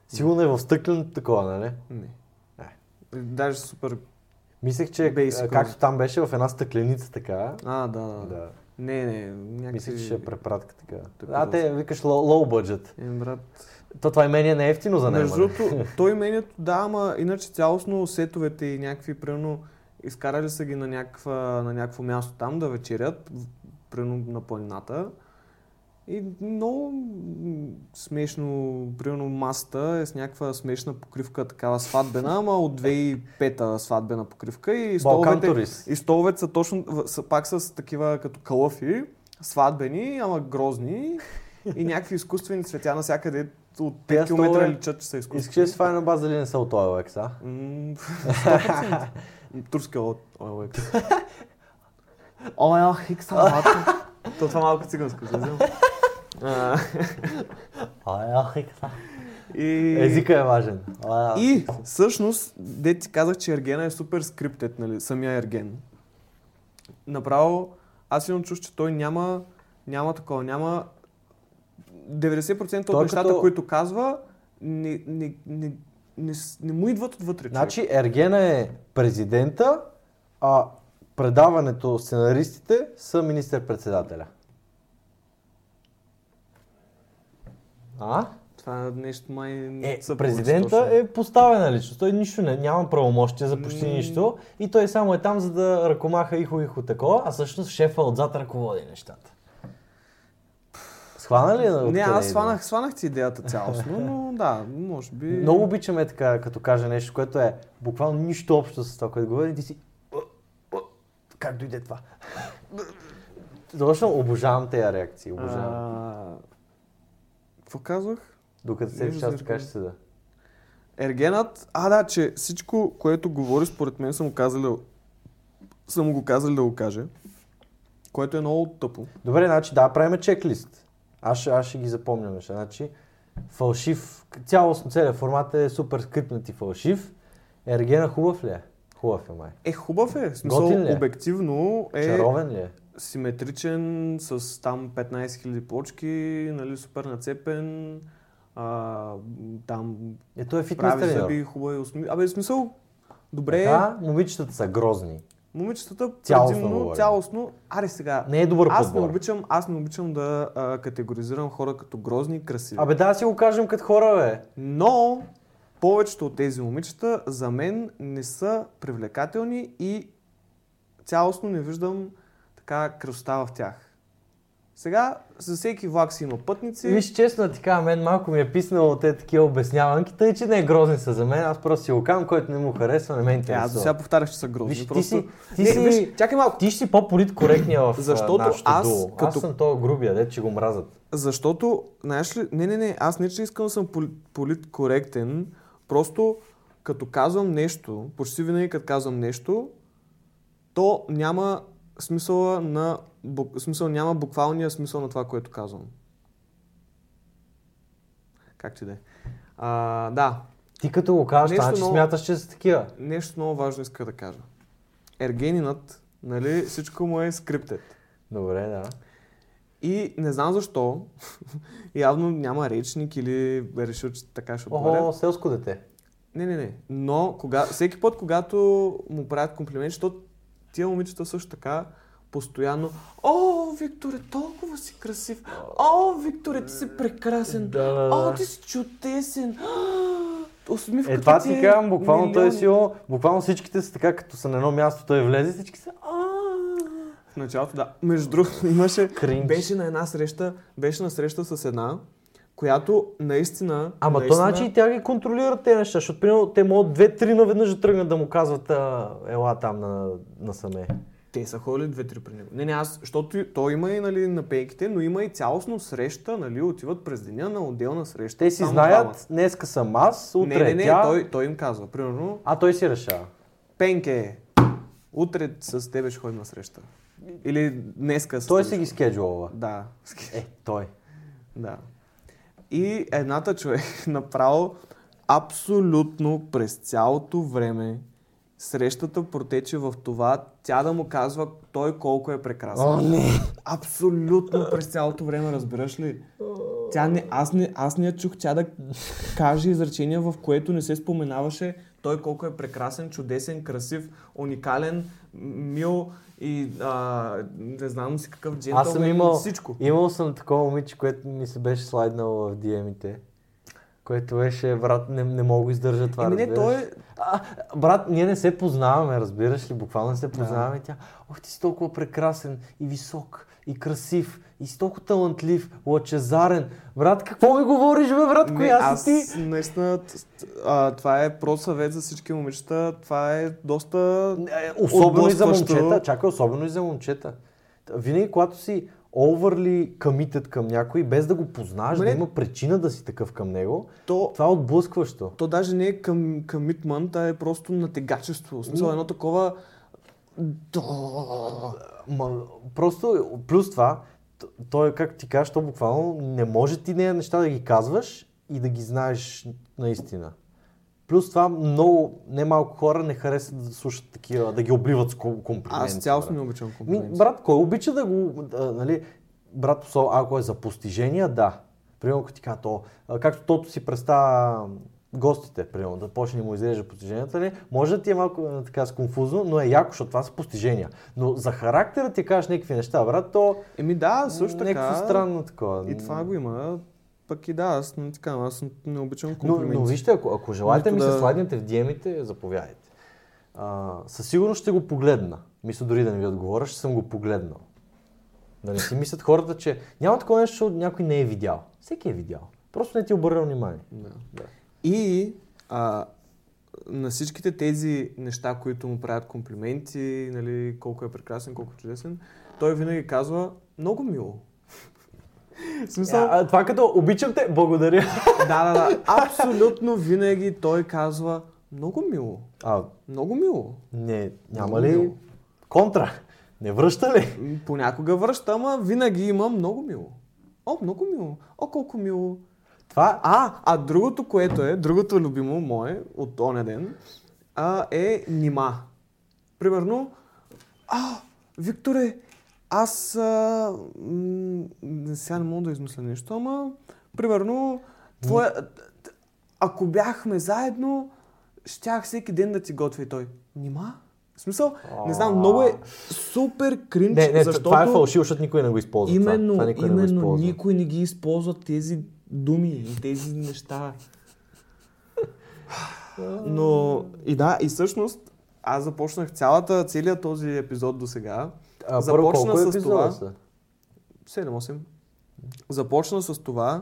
[SPEAKER 2] Сигурно е в стъкленото такова, нали?
[SPEAKER 1] Не. Е, Даже супер...
[SPEAKER 2] Мислех, че
[SPEAKER 1] Basic
[SPEAKER 2] а, както там беше в една стъкленица така.
[SPEAKER 1] А, да, да. да.
[SPEAKER 2] Да.
[SPEAKER 1] Не, не, някакви...
[SPEAKER 2] Мислех, че ще е препратка така.
[SPEAKER 1] Такова.
[SPEAKER 2] А, те викаш low, low budget.
[SPEAKER 1] Ем, брат,
[SPEAKER 2] То това имение не е ефтино за него.
[SPEAKER 1] Между другото, той имението, да, ама иначе цялостно сетовете и някакви, примерно, изкарали са ги на, някаква, на някакво място там да вечерят, в- примерно на планината. И много м, смешно, примерно масата е с някаква смешна покривка, такава сватбена, ама от 2005-та сватбена покривка и
[SPEAKER 2] Балкан
[SPEAKER 1] столовете,
[SPEAKER 2] турист.
[SPEAKER 1] и столовете са точно, в- са пак с такива като калъфи, сватбени, ама грозни и някакви изкуствени цветя навсякъде от 5
[SPEAKER 2] Тези
[SPEAKER 1] км
[SPEAKER 2] столове-
[SPEAKER 1] личат, че са
[SPEAKER 2] Искаш ли да
[SPEAKER 1] изкуствени.
[SPEAKER 2] си файна база дали не са от OLX, а?
[SPEAKER 1] М, 100%. Турска от OLX. OLX, ама,
[SPEAKER 5] То това малко циганско се взема. А,
[SPEAKER 2] OLX.
[SPEAKER 1] И...
[SPEAKER 2] Езика е важен. OLX.
[SPEAKER 1] И всъщност, де ти казах, че Ергена е супер скриптед, нали, самия Ерген. Направо, аз имам чуш, че той няма, няма такова, няма 90% от
[SPEAKER 2] Той е
[SPEAKER 1] нещата,
[SPEAKER 2] като-
[SPEAKER 1] които казва, не, не, не, не, с- не му идват отвътре. човек.
[SPEAKER 2] Значи Ергена е президента, а предаването сценаристите са министър-председателя. А?
[SPEAKER 1] Това нещо май не
[SPEAKER 2] Е,
[SPEAKER 1] се получи
[SPEAKER 2] президента
[SPEAKER 1] точно.
[SPEAKER 2] е поставена личност. Той нищо не, няма правомощия за почти нищо и той само е там, за да ръкомаха ихо ихо такова, а всъщност шефа отзад ръководи нещата. Схвана ли? е
[SPEAKER 1] Не,
[SPEAKER 2] откъде
[SPEAKER 1] аз
[SPEAKER 2] идва?
[SPEAKER 1] сванах, сванах ти идеята цялостно, но да, може би...
[SPEAKER 2] Много обичаме така, като кажа нещо, което е буквално нищо общо с това, което говори, и ти си... «О, о, Как дойде това? Точно обожавам тези реакции, обожавам.
[SPEAKER 1] А, Какво казах?
[SPEAKER 2] Докато се
[SPEAKER 1] виждаш
[SPEAKER 2] част
[SPEAKER 1] ли
[SPEAKER 2] така
[SPEAKER 1] какво?
[SPEAKER 2] ще седа.
[SPEAKER 1] Ергенът, а да, че всичко, което говори, според мен съм, казали, съм го казали да го каже, което е много тъпо.
[SPEAKER 2] Добре, значи да, правиме чеклист. Аз, ще- аз ще ги запомня неща. Значи, фалшив, цялостно целият формат е супер скрипнат и фалшив. Ергена хубав ли е? Хубав е май.
[SPEAKER 1] Е, хубав е, в смисъл,
[SPEAKER 2] Готин ли е?
[SPEAKER 1] обективно е
[SPEAKER 2] Чаровен ли е?
[SPEAKER 1] симетричен, с там 15 000 плочки, нали, супер нацепен, а, там
[SPEAKER 2] Е, той е фитнес
[SPEAKER 1] прави
[SPEAKER 2] тренер.
[SPEAKER 1] зъби, хубави усмивки. Абе, в смисъл, добре,
[SPEAKER 2] Да, момичетата са грозни.
[SPEAKER 1] момичетата
[SPEAKER 2] Цялостно
[SPEAKER 1] предимно,
[SPEAKER 2] говорим.
[SPEAKER 1] цялостно, аре сега,
[SPEAKER 2] Не е добър
[SPEAKER 1] Аз не,
[SPEAKER 2] подбор.
[SPEAKER 1] обичам, аз не обичам да а, категоризирам хора като грозни и красиви.
[SPEAKER 2] Е. Абе да, си го кажем като хора, бе.
[SPEAKER 1] Но повечето от тези момичета за мен не са привлекателни и цялостно не виждам така красота в тях. Сега за всеки влак си има пътници.
[SPEAKER 2] Виж, честно ти кажа, мен малко ми е писнало от те такива обясняванки, тъй че не е грозни са за мен, аз просто си го казвам, който не му харесва, не ме
[SPEAKER 1] е, аз до
[SPEAKER 2] интересува.
[SPEAKER 1] сега повтаряш, че са грозни.
[SPEAKER 2] Виж, ти
[SPEAKER 1] просто...
[SPEAKER 2] си- ти
[SPEAKER 1] не,
[SPEAKER 2] си-
[SPEAKER 1] Виж, чакай малко.
[SPEAKER 2] Ти ще си по-полит коректния в а,
[SPEAKER 1] Защото
[SPEAKER 2] нашето
[SPEAKER 1] аз
[SPEAKER 2] дуло. Аз
[SPEAKER 1] като-
[SPEAKER 2] съм този грубия, дет, че го мразят.
[SPEAKER 1] Защото, знаеш ли, не, не, не, аз не, че искам да съм поли- политкоректен, просто като казвам нещо, почти винаги като казвам нещо, то няма смисъла на, бу- смисъл, няма буквалния смисъл на това, което казвам. Как ти да е? А, да,
[SPEAKER 2] Ти като го кажеш,
[SPEAKER 1] Нещо
[SPEAKER 2] това, че
[SPEAKER 1] много-
[SPEAKER 2] смяташ, че са такива.
[SPEAKER 1] нещо много важно иска да кажа. Ергенинът, нали, всичко му е скриптед.
[SPEAKER 2] Добре, да.
[SPEAKER 1] И не знам защо, явно няма речник или е решил, че така ще отговоря.
[SPEAKER 2] Охо, селско дете.
[SPEAKER 1] Не, не, не. Но кога, всеки път, когато му правят комплимент, защото тия момичета също така постоянно О, Викторе, толкова си красив! О, Викторе, ти си прекрасен!
[SPEAKER 2] Да, да, да.
[SPEAKER 1] О, ти си чудесен! А, Усмивката
[SPEAKER 2] Е, това
[SPEAKER 1] ти
[SPEAKER 2] ти казвам, буквално той е
[SPEAKER 1] милиони!»
[SPEAKER 2] силно, буквално всичките са така, като са на едно място, той влезе, всички са
[SPEAKER 1] В началото, да. Между другото, имаше...
[SPEAKER 2] кринч.
[SPEAKER 1] Беше на една среща, беше на среща с една, която наистина...
[SPEAKER 2] Ама то
[SPEAKER 1] наистина,
[SPEAKER 2] значи и тя ги контролира тези неща, защото примерно те могат две-три наведнъж да тръгнат да му казват а, ела там на, насаме.
[SPEAKER 1] Те са ходили две-три при него. Не, не, аз, защото и- той има и нали, на пейките, но има и цялостно среща, нали, отиват през деня на отделна среща.
[SPEAKER 2] Те си
[SPEAKER 1] Само
[SPEAKER 2] знаят, днеска съм аз,
[SPEAKER 1] двама.
[SPEAKER 2] утре
[SPEAKER 1] Не, не, не,
[SPEAKER 2] тя,
[SPEAKER 1] той, той им казва, примерно,
[SPEAKER 2] а той си решава.
[SPEAKER 1] Пенке, утре с тебе ще ходим на среща. Или днеска с
[SPEAKER 2] Той
[SPEAKER 1] тебе
[SPEAKER 2] си ги
[SPEAKER 1] ще-
[SPEAKER 2] скеджулва.
[SPEAKER 1] Да,
[SPEAKER 2] Е, той.
[SPEAKER 1] да. И едната човек направо абсолютно през цялото време срещата протече в това тя да му казва той колко е прекрасен.
[SPEAKER 2] не.
[SPEAKER 1] Абсолютно през цялото време, разбираш ли? Тя не, аз, не, аз не я чух тя да каже изречение, в което не се споменаваше той колко е прекрасен, чудесен, красив, уникален, мил и а, не знам си какъв джентълмен,
[SPEAKER 2] Аз съм имал,
[SPEAKER 1] всичко.
[SPEAKER 2] имал съм такова момиче, което ми се беше слайднало в DM-ите. Което беше, брат, не, не мога да издържа това.
[SPEAKER 1] Еми не,
[SPEAKER 2] разбираш.
[SPEAKER 1] той- е-
[SPEAKER 2] А, брат, ние не се познаваме, разбираш ли? Буквално не се познаваме. Тя, ох, ти си толкова прекрасен и висок и красив и си толкова талантлив, лъчезарен. Брат, какво ми говориш, бе, брат?
[SPEAKER 1] Не,
[SPEAKER 2] коя
[SPEAKER 1] аз
[SPEAKER 2] си ти?
[SPEAKER 1] наистина, т- т- а, това е прост съвет за всички момичета, това е доста...
[SPEAKER 2] Е, Особено и за
[SPEAKER 1] отблъскващо.
[SPEAKER 2] момчета. Чакай, особено и за момчета. Винаги, когато си overly committed към някой, без да го познаваш,
[SPEAKER 1] Ма
[SPEAKER 2] да
[SPEAKER 1] не.
[SPEAKER 2] има причина да си такъв към него,
[SPEAKER 1] То,
[SPEAKER 2] това е отблъскващо.
[SPEAKER 1] то даже не е към, commitment, а е просто натегачество. В смисъл едно такова...
[SPEAKER 2] Ма, просто, плюс това, т- той, как ти кажеш, то буквално не може ти нея неща да ги казваш и да ги знаеш наистина. Плюс това, много, немалко хора не харесват да слушат такива, да ги обливат с ком- комплименти.
[SPEAKER 1] Аз цялостно
[SPEAKER 2] брат.
[SPEAKER 1] не обичам
[SPEAKER 2] Ми,
[SPEAKER 1] комплименти.
[SPEAKER 2] брат, кой обича да го, а, нали, брат, осо- ако е за постижения, да. Примерно, ако ти кажа то, а, както тото си представя гостите, примерно, да почне да му изрежда постиженията, нали, може да ти е малко а, така сконфузно, но е яко, защото това са постижения. Но за характера ти кажеш някакви неща, брат, то
[SPEAKER 1] Еми да, също така.
[SPEAKER 2] някакво странно такова.
[SPEAKER 1] И това го има. Пък и да, аз не така, аз не обичам
[SPEAKER 2] Но,
[SPEAKER 1] комплименти.
[SPEAKER 2] но вижте, ако, ако желаете
[SPEAKER 1] Нито
[SPEAKER 2] ми се
[SPEAKER 1] да-
[SPEAKER 2] сладнете в диемите, заповядайте. А, със сигурност ще го погледна. Мисля дори да не ви отговоря, ще съм го погледнал. Да не си мислят хората, че няма такова нещо, защото някой не е видял. Всеки е видял. Просто не ти е обърнал внимание.
[SPEAKER 1] И а, на всичките тези неща, които му правят комплименти, нали, колко е прекрасен, колко е чудесен, той винаги казва много мило. В смисъл,
[SPEAKER 2] А, това като обичам те, благодаря.
[SPEAKER 1] да, да, да, абсолютно винаги той казва много мило,
[SPEAKER 2] А,
[SPEAKER 1] много мило.
[SPEAKER 2] не, няма ли контра? Не връща ли?
[SPEAKER 1] М, Понякога връща, ама винаги има много мило. О, много мило. О, колко мило.
[SPEAKER 2] Това, а,
[SPEAKER 1] А, а другото, което е, другото любимо мое от оня ден, а, е нима. Примерно, а, Викторе, аз а, м- сега не мога да измисля нещо, ама примерно, твоя, ако бяхме заедно, щях всеки ден да ти готвя и той. Нима? В смисъл, не знам, много е супер кринч,
[SPEAKER 2] не, не,
[SPEAKER 1] защото...
[SPEAKER 2] това е фалшиво, защото никой не го използва. това.
[SPEAKER 1] Именно,
[SPEAKER 2] това никой не го
[SPEAKER 1] именно,
[SPEAKER 2] използва.
[SPEAKER 1] никой не ги използва тези думи и тези неща. Но и да, и всъщност аз започнах цялата, целият този епизод до сега.
[SPEAKER 2] А, първо,
[SPEAKER 1] Започна
[SPEAKER 2] колко
[SPEAKER 1] с
[SPEAKER 2] епизода
[SPEAKER 1] това.
[SPEAKER 2] са?
[SPEAKER 1] 7-8. Започна с това,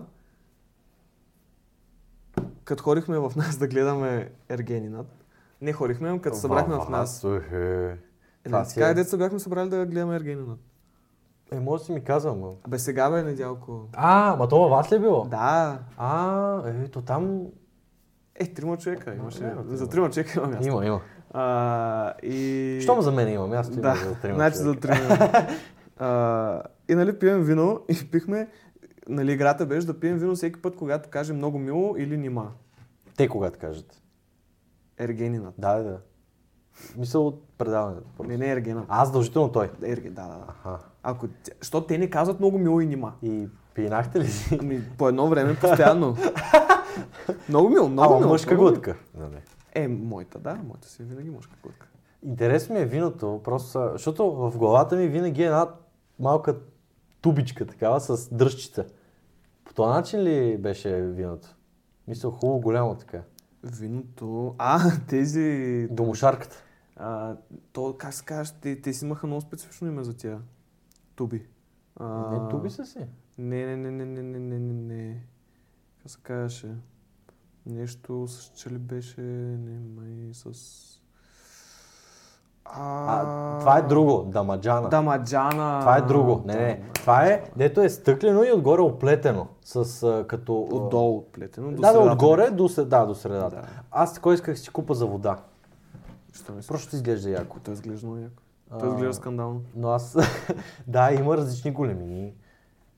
[SPEAKER 1] като ходихме в нас да гледаме Ергенинат. Не ходихме, ами като се събрахме в нас.
[SPEAKER 2] Е,
[SPEAKER 1] Е,
[SPEAKER 2] това
[SPEAKER 1] не,
[SPEAKER 2] си е.
[SPEAKER 1] така, деца бяхме събрали да гледаме Ергенинат.
[SPEAKER 2] Е, може да си ми казал, ма.
[SPEAKER 1] Абе сега бе, недялко.
[SPEAKER 2] А, ма то във вас ли е било?
[SPEAKER 1] Да.
[SPEAKER 2] А, е, то там...
[SPEAKER 1] Е, трима човека имаше. За трима човека има място.
[SPEAKER 2] Има, има.
[SPEAKER 1] А, и...
[SPEAKER 2] Щом за мен има място, има
[SPEAKER 1] да,
[SPEAKER 2] за трима
[SPEAKER 1] значи
[SPEAKER 2] човека.
[SPEAKER 1] за трима. а, и нали пием вино и пихме, нали играта беше да пием вино всеки път, когато каже много мило или нима.
[SPEAKER 2] Те когато кажат.
[SPEAKER 1] Ергенинът.
[SPEAKER 2] Да, да, да. Мисъл от предаването.
[SPEAKER 1] Не, е не Ергенът.
[SPEAKER 2] А, задължително той.
[SPEAKER 1] Ерге, е да, да, да.
[SPEAKER 2] Аха.
[SPEAKER 1] Ако, тя- що те не казват много мило и нима?
[SPEAKER 2] И пинахте ли си?
[SPEAKER 1] Ами, по едно време постоянно. много мило, много
[SPEAKER 2] Ама
[SPEAKER 1] мило.
[SPEAKER 2] мъжка
[SPEAKER 1] много мило.
[SPEAKER 2] глътка. Нали.
[SPEAKER 1] Е, моята, да, моята си е винаги мъжка глътка.
[SPEAKER 2] Интересно ми е виното, просто, са- защото в главата ми винаги е една малка тубичка такава с дръжчица. По този начин ли беше виното? Мисля, хубаво голямо така.
[SPEAKER 1] Виното... А, тези...
[SPEAKER 2] Домошарката.
[SPEAKER 1] А, то, как се казваш, те, те си имаха много специфично име за тия. Туби. А,
[SPEAKER 2] Не, туби са си.
[SPEAKER 1] Не, не, не, не, не, не, не, не, не. Как се казваше? Нещо с че ли беше, не, май, с... А,
[SPEAKER 2] А, това е друго, дамаджана.
[SPEAKER 1] Дамаджана.
[SPEAKER 2] Това е друго. Не, не, това е, дето е стъклено и отгоре оплетено. С а, като... а,
[SPEAKER 1] Отдолу отплетено. до
[SPEAKER 2] Да, да,
[SPEAKER 1] средата.
[SPEAKER 2] отгоре до, се- да, до средата.
[SPEAKER 1] Да.
[SPEAKER 2] Аз такова исках да си купа за вода.
[SPEAKER 1] Що не си?
[SPEAKER 2] Просто изглежда яко.
[SPEAKER 1] Той изглежда много яко.
[SPEAKER 2] А.
[SPEAKER 1] Той изглежда скандално.
[SPEAKER 2] Но аз... да, има различни големини.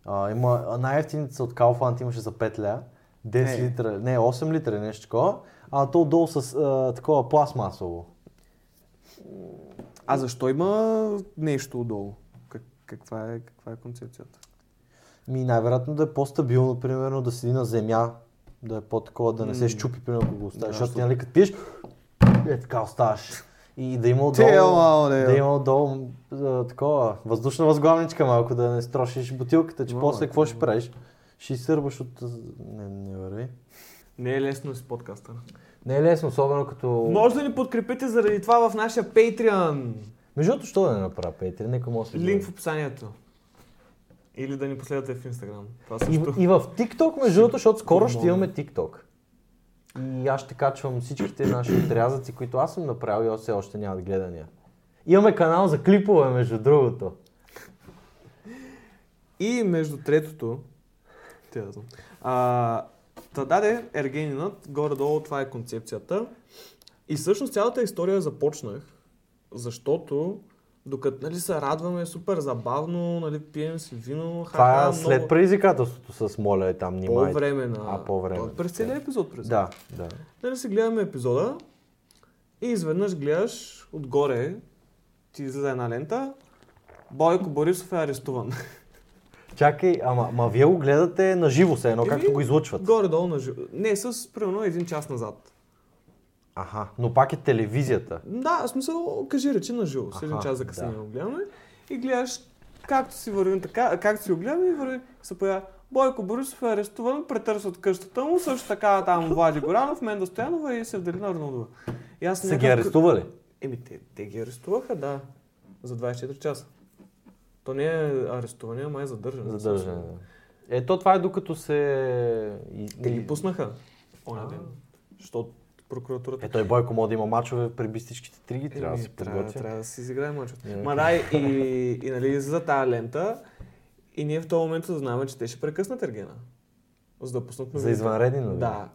[SPEAKER 2] А, има... а, Най-ефтините са от Kaufland имаше за 5 ля. 10
[SPEAKER 1] Е.
[SPEAKER 2] литра, не, 8 литра, нещо такова. А то отдолу с а, такова пластмасово.
[SPEAKER 1] А защо има нещо отдолу? Как, каква, е, каква е концепцията?
[SPEAKER 2] Ми най-вероятно да е по-стабилно, примерно, да седи на земя, да е по-такова, да не се щупи, примерно, ако го оставиш. Защото нали, като пиеш, е така оставаш. И да има отдолу,
[SPEAKER 1] ела, оле,
[SPEAKER 2] да
[SPEAKER 1] ела.
[SPEAKER 2] има отдолу а, такова, въздушна възглавничка малко, да не строшиш бутилката, че после какво ще правиш? Ще изсърбаш от... Не, не върви.
[SPEAKER 1] Не е лесно с подкаста.
[SPEAKER 2] Не е лесно, особено като...
[SPEAKER 1] Може да ни подкрепите заради това в нашия Patreon.
[SPEAKER 2] Между другото, що да не направя Patreon? Некой може да... се
[SPEAKER 1] Линк в
[SPEAKER 2] гледа.
[SPEAKER 1] описанието. Или да ни последвате в Instagram. Това също.
[SPEAKER 2] И, и в TikTok, между другото, защото скоро ще имаме TikTok. И аз ще качвам всичките наши отрязъци, които аз съм направил и все още нямат гледания. Имаме канал за клипове, между другото.
[SPEAKER 1] И между третото, те да знам. А, та даде Ергенинът, горе-долу това е концепцията. И всъщност цялата история започнах, защото докато нали, се радваме супер забавно, нали, пием си вино,
[SPEAKER 2] Това
[SPEAKER 1] ха-ха,
[SPEAKER 2] е след предизвикателството с Моля е там,
[SPEAKER 1] по
[SPEAKER 2] внимайте.
[SPEAKER 1] време на...
[SPEAKER 2] А, по време.
[SPEAKER 1] Той През целия епизод. През
[SPEAKER 2] Да, да.
[SPEAKER 1] Нали си гледаме епизода и изведнъж гледаш отгоре, ти излиза една лента, Бойко Борисов е арестуван.
[SPEAKER 2] Чакай, ама, ма вие го гледате на живо се едно,
[SPEAKER 1] Еми,
[SPEAKER 2] както го излъчват.
[SPEAKER 1] Горе-долу на живо. Не, с примерно един час назад.
[SPEAKER 2] Аха, но пак е телевизията.
[SPEAKER 1] Да, в смисъл, кажи речи на живо. С един
[SPEAKER 2] Аха,
[SPEAKER 1] час за късение
[SPEAKER 2] да.
[SPEAKER 1] го гледаме. И гледаш както си вървим така, както си го гледаме и върви се появява. Бойко Борисов е арестуван, претърсват къщата му, също така там Влади Горанов, Менда Стоянова и Севделина Арнудова. И аз
[SPEAKER 2] Са
[SPEAKER 1] някак-
[SPEAKER 2] ги арестували?
[SPEAKER 1] Еми, те, те ги арестуваха, да. За 24 часа. То не е арестуване, ама е задържане.
[SPEAKER 2] Задържане. да. Ето това е докато се... и-
[SPEAKER 1] Те
[SPEAKER 2] и-
[SPEAKER 1] ги пуснаха. Оня ден. Защото прокуратурата
[SPEAKER 2] Е, той Бойко може да има мачове при бистичките триги, Е, трябва да
[SPEAKER 1] Еми,
[SPEAKER 2] се
[SPEAKER 1] Е, трябва,
[SPEAKER 2] подготви.
[SPEAKER 1] трябва да си изиграе мачът.
[SPEAKER 2] Е,
[SPEAKER 1] Ма да, и, и, и нали, за тази лента. И ние в този момент знаем, че те ще прекъснат Ергена. За да пуснат
[SPEAKER 2] За
[SPEAKER 1] новините.
[SPEAKER 2] извънредни нали? новини.
[SPEAKER 1] Да.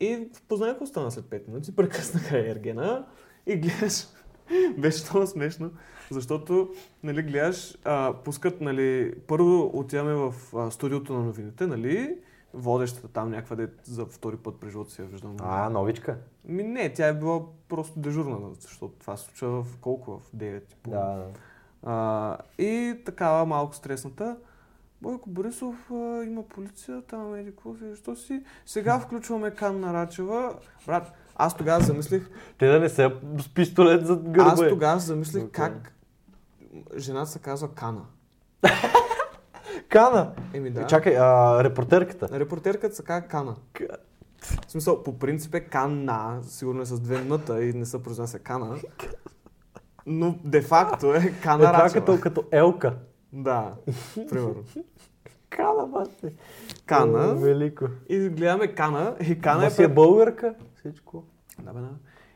[SPEAKER 1] И познай какво стана след 5 минути. Прекъснаха Ергена и гледаш. Беше много смешно, защото нали, гледаш, а, пускат, нали, първо отиваме в а, студиото на новините, нали, водещата там някаква де за втори път при живота си я виждам.
[SPEAKER 2] А, новичка.
[SPEAKER 1] Ми не, тя е била просто дежурна, защото това се случва в колко? В 9 и половина.
[SPEAKER 2] Да.
[SPEAKER 1] А, и такава малко стресната. Бойко Борисов а, има полиция, там е защо си. Сега включваме Канна Рачева. Брат, аз тогава замислих,
[SPEAKER 2] Те да не са с пистолет зад гърба.
[SPEAKER 1] аз
[SPEAKER 2] е.
[SPEAKER 1] тогава замислих
[SPEAKER 2] Окей.
[SPEAKER 1] как жена се казва Кана.
[SPEAKER 2] Кана.
[SPEAKER 1] Еми да.
[SPEAKER 2] Е, Чакай, а, репортерката.
[SPEAKER 1] Репортерката се казва Кана. В смисъл, по принцип е Канна, сигурно е с две ната и не се произнася Кана. Но де-факто е
[SPEAKER 2] Е,
[SPEAKER 1] Кана
[SPEAKER 2] това
[SPEAKER 1] Рачева.
[SPEAKER 2] като, като Елка.
[SPEAKER 1] Да, примерно.
[SPEAKER 2] Кана, бате. О,
[SPEAKER 1] Кана.
[SPEAKER 2] Велико.
[SPEAKER 1] И гледаме Кана. И Кана
[SPEAKER 2] Ама
[SPEAKER 1] е
[SPEAKER 2] си е
[SPEAKER 1] пред...
[SPEAKER 2] българка. Всичко.
[SPEAKER 1] Да, бе, да.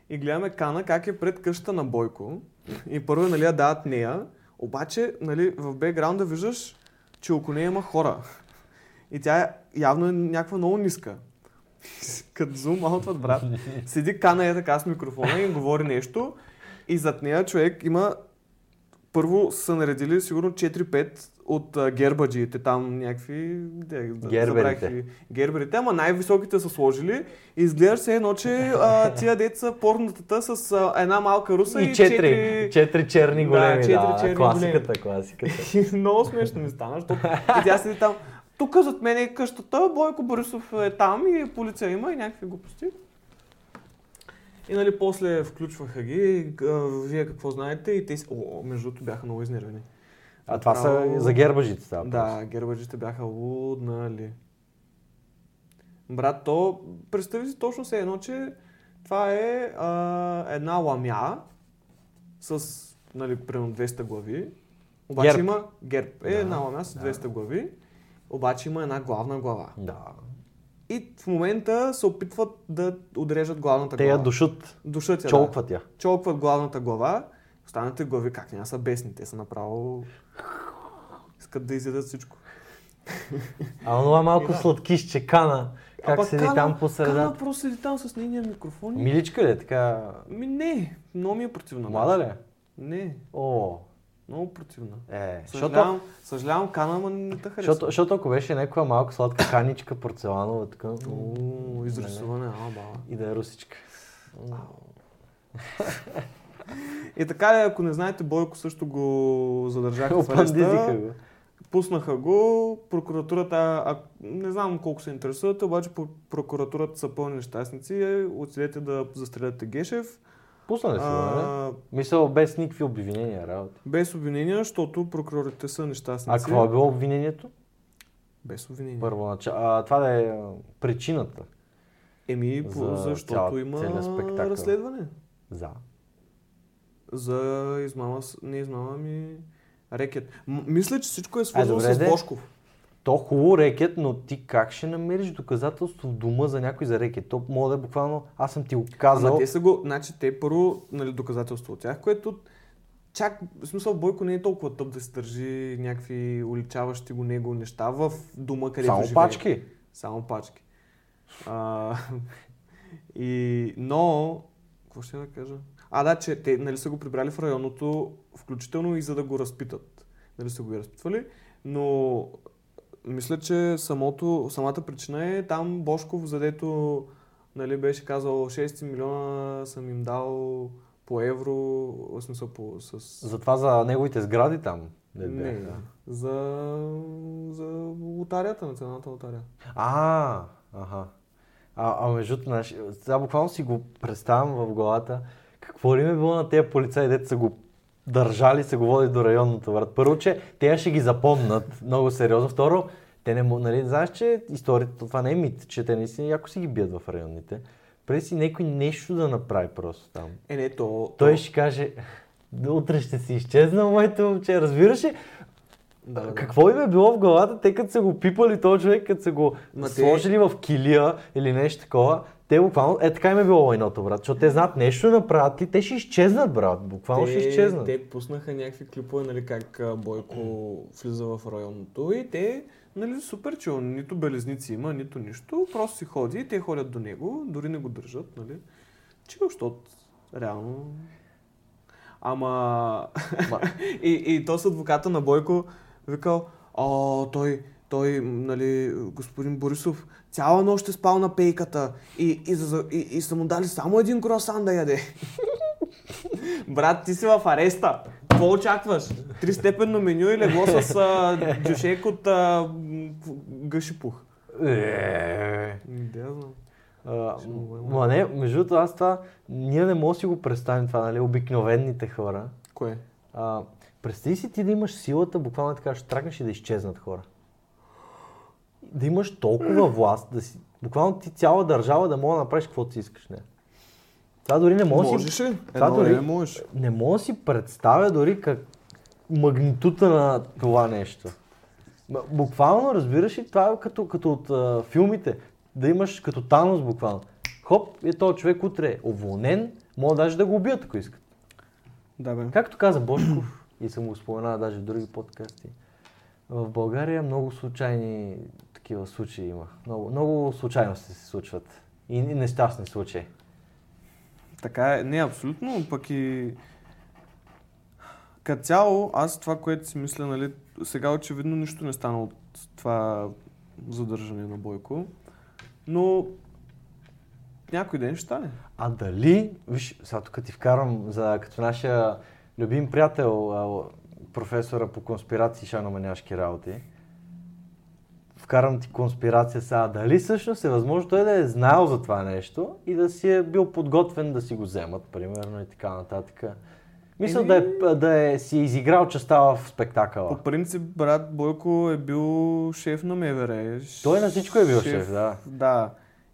[SPEAKER 1] И гледаме Кана как е пред къщата на Бойко. И първо, нали, я дават нея. Обаче, нали, в бекграунда виждаш, че около нея има хора. И тя е- явно е някаква много ниска. Като зум аутват, брат. Седи Кана е така с микрофона и говори нещо. И зад нея човек има... Първо са наредили сигурно 4-5 от а, гербаджиите там някакви... де, да-
[SPEAKER 2] Герберите.
[SPEAKER 1] забравих какви- Герберите, ама най-високите са сложили. И изглеждаш се едно, че а, тия деца порнотата с а, една малка руса и,
[SPEAKER 2] И четири,
[SPEAKER 1] четири-
[SPEAKER 2] четири черни
[SPEAKER 1] Да,
[SPEAKER 2] големи. Да,
[SPEAKER 1] четири
[SPEAKER 2] да,
[SPEAKER 1] черни
[SPEAKER 2] класиката,
[SPEAKER 1] големи.
[SPEAKER 2] класиката.
[SPEAKER 1] И много смешно ми стана, защото и тя седи там. Тук зад мен е къщата, Бойко Борисов е там и полиция има и някакви глупости. И нали, после включваха ги, а, вие какво знаете и те си... О, между другото бяха много изнервени.
[SPEAKER 2] А това са
[SPEAKER 1] Направо-
[SPEAKER 2] за гербажите става. въпрос.
[SPEAKER 1] Да, гербаджите бяха луднали. Брат, то представи си точно се едно, че това е а, една ламя с, нали, примерно 200 глави. Обаче
[SPEAKER 2] Герб.
[SPEAKER 1] има герб. Е
[SPEAKER 2] Да,
[SPEAKER 1] една ламя с 200 глави. Обаче има една главна глава.
[SPEAKER 2] Да.
[SPEAKER 1] И в момента се опитват да отрежат главната
[SPEAKER 2] Те я
[SPEAKER 1] глава.
[SPEAKER 2] душат,
[SPEAKER 1] Душат я, да.
[SPEAKER 2] чолкват я.
[SPEAKER 1] Чолкват главната глава. Останалите глави как няма са бесни. Те са направо... Искат да изядат всичко.
[SPEAKER 2] А онова малко сладкишче, кана,
[SPEAKER 1] А
[SPEAKER 2] как
[SPEAKER 1] пък
[SPEAKER 2] седи
[SPEAKER 1] Кана-
[SPEAKER 2] там по
[SPEAKER 1] Кана
[SPEAKER 2] средата.
[SPEAKER 1] просто седи там с нейния микрофон. Ми...
[SPEAKER 2] Миличка ли е така?
[SPEAKER 1] ми не, много ми е противна.
[SPEAKER 2] Млада ли е?
[SPEAKER 1] Не,
[SPEAKER 2] О,
[SPEAKER 1] много противна.
[SPEAKER 2] е. Защото,
[SPEAKER 1] Съжалявам, съжалявам Кана, ама не те
[SPEAKER 2] защото,
[SPEAKER 1] харесва.
[SPEAKER 2] защото ако беше някаква малко сладка каничка, порцеланова, така, м,
[SPEAKER 1] О, изрисуване, ама баба.
[SPEAKER 2] и да е русичка.
[SPEAKER 1] И така ли, ако не знаете, Бойко също го задържаха в
[SPEAKER 2] Опандизиха
[SPEAKER 1] ареста.
[SPEAKER 2] го.
[SPEAKER 1] Пуснаха го, прокуратурата, а, не знам колко се интересувате, обаче по- прокуратурата са пълни нещастници, Е, отидете да застреляте Гешев.
[SPEAKER 2] Пусна ли си, да,
[SPEAKER 1] А,
[SPEAKER 2] Мисъл, без никакви обвинения, работа.
[SPEAKER 1] без обвинения, защото прокурорите са нещастници.
[SPEAKER 2] А какво е било обвинението?
[SPEAKER 1] Без обвинения.
[SPEAKER 2] Първоначално. А, това да е а, причината.
[SPEAKER 1] Еми, по-
[SPEAKER 2] За
[SPEAKER 1] защото
[SPEAKER 2] цял-
[SPEAKER 1] има
[SPEAKER 2] целият спектакъл.
[SPEAKER 1] разследване.
[SPEAKER 2] За.
[SPEAKER 1] За измама, с- не измама ми рекет. М- мисля, че всичко е свързано
[SPEAKER 2] добре, де.
[SPEAKER 1] с Бошков.
[SPEAKER 2] То хубаво рекет, но ти как ще намериш доказателство в дома за някой за рекет? То мога да е буквално, аз съм ти го
[SPEAKER 1] Ама
[SPEAKER 2] казал.
[SPEAKER 1] те са го, значи те първо, нали, доказателство от тях, което чак, в смисъл Бойко не е толкова тъп да се държи някакви уличаващи го него неща в дома, където
[SPEAKER 2] Само
[SPEAKER 1] живее.
[SPEAKER 2] пачки.
[SPEAKER 1] Само пачки. А, и, но, какво ще да кажа? А, да, че те нали, са го прибрали в районното, включително и за да го разпитат. Нали са го и разпитвали, но мисля, че самото, самата причина е там Бошков, задето нали, беше казал 6 милиона съм им дал по евро, в смисъл по, с...
[SPEAKER 2] Затова за неговите сгради там. Не,
[SPEAKER 1] не,
[SPEAKER 2] бяха.
[SPEAKER 1] за, за лотарията, националната лотария.
[SPEAKER 2] А, аха. А, а между другото, знаеш, сега буквално си го представям в главата. Какво ли ми е било на тези полицаи, дето са го държали, са го водили до районната врата? Първо, че те ще ги запомнат много сериозно. Второ, те не, му- нали, знаеш, че историята, това не е мит, че те наистина яко си ги бият в районните. Преди си някой нещо да направи просто там.
[SPEAKER 1] Е, не, то...
[SPEAKER 2] Той ще каже, «Да, утре ще си изчезна, моето момче, разбираш ли?
[SPEAKER 1] Да, да.
[SPEAKER 2] Какво им е било в главата, те като са го пипали този човек, като са го
[SPEAKER 1] Ма те-
[SPEAKER 2] сложили в килия или нещо такова, те буквално, е така им е било лайното, брат, защото те знаят нещо направят ли, те ще изчезнат, брат, буквално ще изчезнат.
[SPEAKER 1] Те пуснаха някакви клипове, нали, как а, Бойко влиза в районното и те, нали, супер чил, нито белезници има, нито нищо, просто си ходи и те ходят до него, дори не го държат, нали. Чил, защото реално... Ама...
[SPEAKER 2] Ма-
[SPEAKER 1] и, и то с адвоката на Бойко викал, а, той, той, нали, господин Борисов, цяла нощ е спал на пейката и, и, за- и, и са му дали само един круасан да яде. Брат, ти си в ареста. Какво очакваш? Тристепенно меню и легло с а, дюшек от а, м, гъши пух.
[SPEAKER 2] Е.
[SPEAKER 1] Не знам.
[SPEAKER 2] А, м- Ма не, между другото, аз това, ние не можем да си го представим това, нали, обикновените хора.
[SPEAKER 1] Кое?
[SPEAKER 2] А, представи си ти да имаш силата, буквално така ще тракнеш и да изчезнат хора. Да имаш толкова власт, да си, буквално ти цяла държава да мога да направиш каквото си искаш. Не. Това дори не може да си,
[SPEAKER 1] Можеш ли?
[SPEAKER 2] това
[SPEAKER 1] Едно
[SPEAKER 2] дори-
[SPEAKER 1] време можеш.
[SPEAKER 2] не мога да си представя дори как магнитута на това нещо. М- Буквално, разбираш ли, това е като, като от а, филмите. Да имаш като Танос буквално. Хоп, е този човек утре е уволнен, мога даже да го убият, ако искат.
[SPEAKER 1] Да, бе.
[SPEAKER 2] Както каза Бошков, и съм го споменал даже в други подкасти, в България много случайни такива случаи има. Много, много случайности се случват. И и нещастни случаи.
[SPEAKER 1] Така е. Не, абсолютно, пък и... Като цяло, аз това, което си мисля, нали, сега очевидно нищо не стана от това задържане на Бойко, но някой ден ще стане.
[SPEAKER 2] А дали, виж, сега тук ти вкарвам за, като нашия любим приятел, а, професора по конспирации Шано Маняшки работи, вкарвам ти конспирация сега, дали всъщност е възможно той да е знаел за това нещо и да си е бил подготвен да си го вземат, примерно и така нататък. Мисля
[SPEAKER 1] Еми-
[SPEAKER 2] да, е, да е, си е изиграл частта в спектакъла.
[SPEAKER 1] По принцип, брат Бойко е бил шеф на МВР.
[SPEAKER 2] Той на всичко е бил шеф, да.
[SPEAKER 1] Да.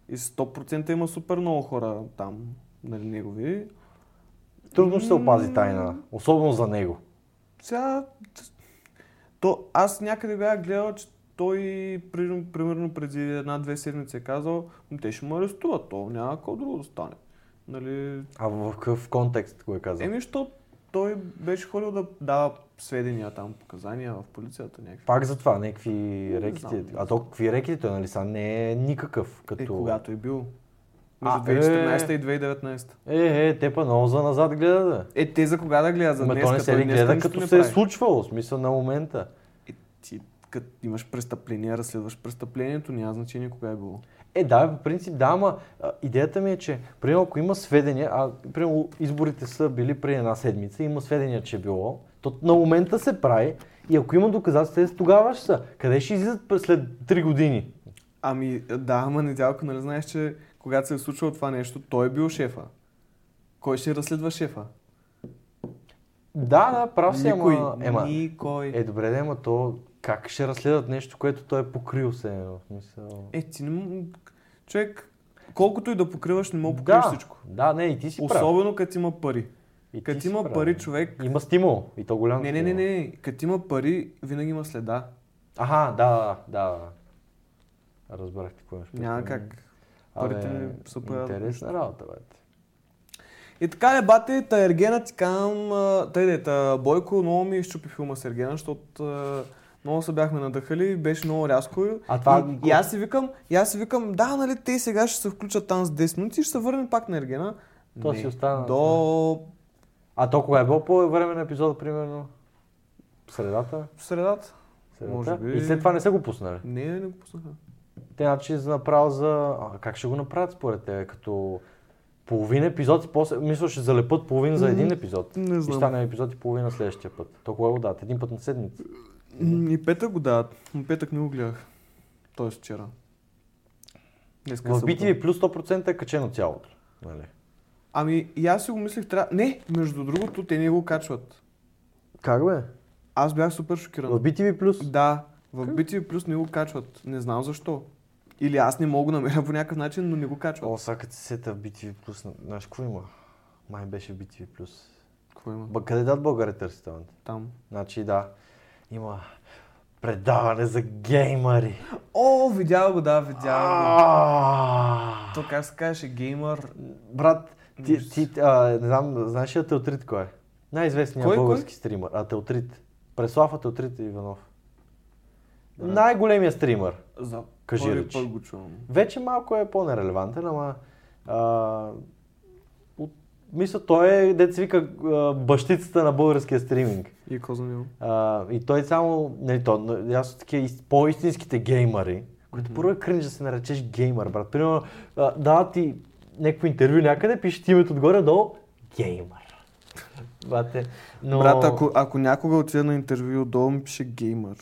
[SPEAKER 1] И 100% има супер много хора там, нали, негови.
[SPEAKER 2] Трудно ще се опази тайна, особено за него.
[SPEAKER 1] Сега... То, аз някъде бях гледал, че той при- примерно преди една-две седмици е казал, «М, те ще му арестуват, то няма какво друго да стане. Нали...
[SPEAKER 2] А в какъв контекст го е казал?
[SPEAKER 1] Еми, що той беше ходил да дава сведения там, показания в полицията някакви.
[SPEAKER 2] Пак за това, някакви
[SPEAKER 1] знам.
[SPEAKER 2] рекети. А то какви рекети, той нали са не е никакъв. Като...
[SPEAKER 1] Е, когато е бил.
[SPEAKER 2] А,
[SPEAKER 1] Между
[SPEAKER 2] е.
[SPEAKER 1] 2014 и 2019.
[SPEAKER 2] е, е, те па много за назад гледа. Да.
[SPEAKER 1] Е, те за кога да гледа за
[SPEAKER 2] Ма
[SPEAKER 1] днес?
[SPEAKER 2] то не се ли гледа като се е случвало, в смисъл на момента.
[SPEAKER 1] Е, ти като имаш престъпление, разследваш престъплението, няма значение кога е било.
[SPEAKER 2] Е, да, по принцип, да, ама а, идеята ми е, че, примерно, ако има сведения, а, примерно, изборите са били преди една седмица, има сведения, че е било, то на момента се прави и ако има доказателства, те тогава ще са. Къде ще излизат през- след 3 години?
[SPEAKER 1] Ами, да, ама недялко, нали знаеш, че когато се е случило това нещо, той е бил шефа. Кой ще разследва шефа?
[SPEAKER 2] Да, да, прав си,
[SPEAKER 1] Никой.
[SPEAKER 2] ама... Ема,
[SPEAKER 1] Никой. Е,
[SPEAKER 2] е, добре, да, ама то как ще разследват нещо, което той е покрил се, в смисъл...
[SPEAKER 1] ти не... м- Човек, колкото и да покриваш, не мога да покриеш всичко.
[SPEAKER 2] Да, не, и ти си прав.
[SPEAKER 1] Особено като има пари.
[SPEAKER 2] И ти
[SPEAKER 1] Като
[SPEAKER 2] си
[SPEAKER 1] има
[SPEAKER 2] прав.
[SPEAKER 1] пари, човек...
[SPEAKER 2] Има стимул. И то голям.
[SPEAKER 1] Не, не, не,
[SPEAKER 2] стимул.
[SPEAKER 1] не, като има пари, винаги има следа.
[SPEAKER 2] Аха, да, да. да. Разбрах ти какво имаш. предвид.
[SPEAKER 1] Няма как. Парите
[SPEAKER 2] Абе,
[SPEAKER 1] ми са появат.
[SPEAKER 2] Интересна работа, бе.
[SPEAKER 1] И така ли, бате, та Ергена ти кам, тъй де, та Бойко много ми изчупи филма с Ергена, защото а, много се бяхме надъхали, беше много рязко.
[SPEAKER 2] А това
[SPEAKER 1] и,
[SPEAKER 2] го-
[SPEAKER 1] и, аз си викам, и аз си викам, да, нали, те сега ще се включат там с 10 минути и ще се върнем пак на Ергена.
[SPEAKER 2] То
[SPEAKER 1] Не.
[SPEAKER 2] си остана,
[SPEAKER 1] До
[SPEAKER 2] А то кога е било по време на епизода, примерно? Средата?
[SPEAKER 1] средата.
[SPEAKER 2] средата?
[SPEAKER 1] Може би-
[SPEAKER 2] И след това не са го пуснали.
[SPEAKER 1] Не, не го пуснаха.
[SPEAKER 2] Те значи за направо за... А, как ще го направят според тебе? Като половин епизод и после... Мисля, ще залепат половин за един епизод.
[SPEAKER 1] не
[SPEAKER 2] И ще
[SPEAKER 1] знам.
[SPEAKER 2] стане епизод и половина следващия път. То кога го дадат? Един път на седмица.
[SPEAKER 1] М, И петък го дават, но петък не го гледах. Тоест вчера. Днеска е
[SPEAKER 2] В
[SPEAKER 1] събота.
[SPEAKER 2] BTV плюс 100% е качено цялото. Нали?
[SPEAKER 1] Ами, и аз си го мислех, трябва... Не, между другото, те не го качват.
[SPEAKER 2] Как бе?
[SPEAKER 1] Аз бях супер шокиран.
[SPEAKER 2] В BTV плюс?
[SPEAKER 1] Да, в BTV Plus не го качват. Не знам защо. Или аз не мога го намеря по някакъв начин, но не го качват.
[SPEAKER 2] О, сега като се сета в BTV плюс, знаеш какво има? Май беше в BTV плюс.
[SPEAKER 1] Какво има
[SPEAKER 2] Ба, къде дадат българите ресторан?
[SPEAKER 1] там?
[SPEAKER 2] Значи да, има предаване за геймари.
[SPEAKER 1] О, видял го, да, видял го.
[SPEAKER 2] Ааа.
[SPEAKER 1] То как се каже, геймър.
[SPEAKER 2] Брат, ти, ти а, не знам, знаеш ли Ателтрит кой е? Най-известният
[SPEAKER 1] Кой,
[SPEAKER 2] български стример. Ателтрит. Преслав Ателтрит Иванов. Най-големия стример.
[SPEAKER 1] За
[SPEAKER 2] Кажи,
[SPEAKER 1] първи
[SPEAKER 2] Ричи.
[SPEAKER 1] път го чувам.
[SPEAKER 2] Вече малко е по-нерелевантен, ама... А, от, мисля, той е, дец вика, а, бащицата на българския стриминг.
[SPEAKER 1] И какво за него?
[SPEAKER 2] А, и той само, нали, то, но аз от такива ист- по-истинските геймари, които първо е кринж да се наречеш геймър, брат. Примерно, а, дават ти някакво интервю някъде, пише ти името отгоре долу, геймър. Бате, но...
[SPEAKER 1] Брат, ако, ако някога отида на интервю отдолу ми пише геймър.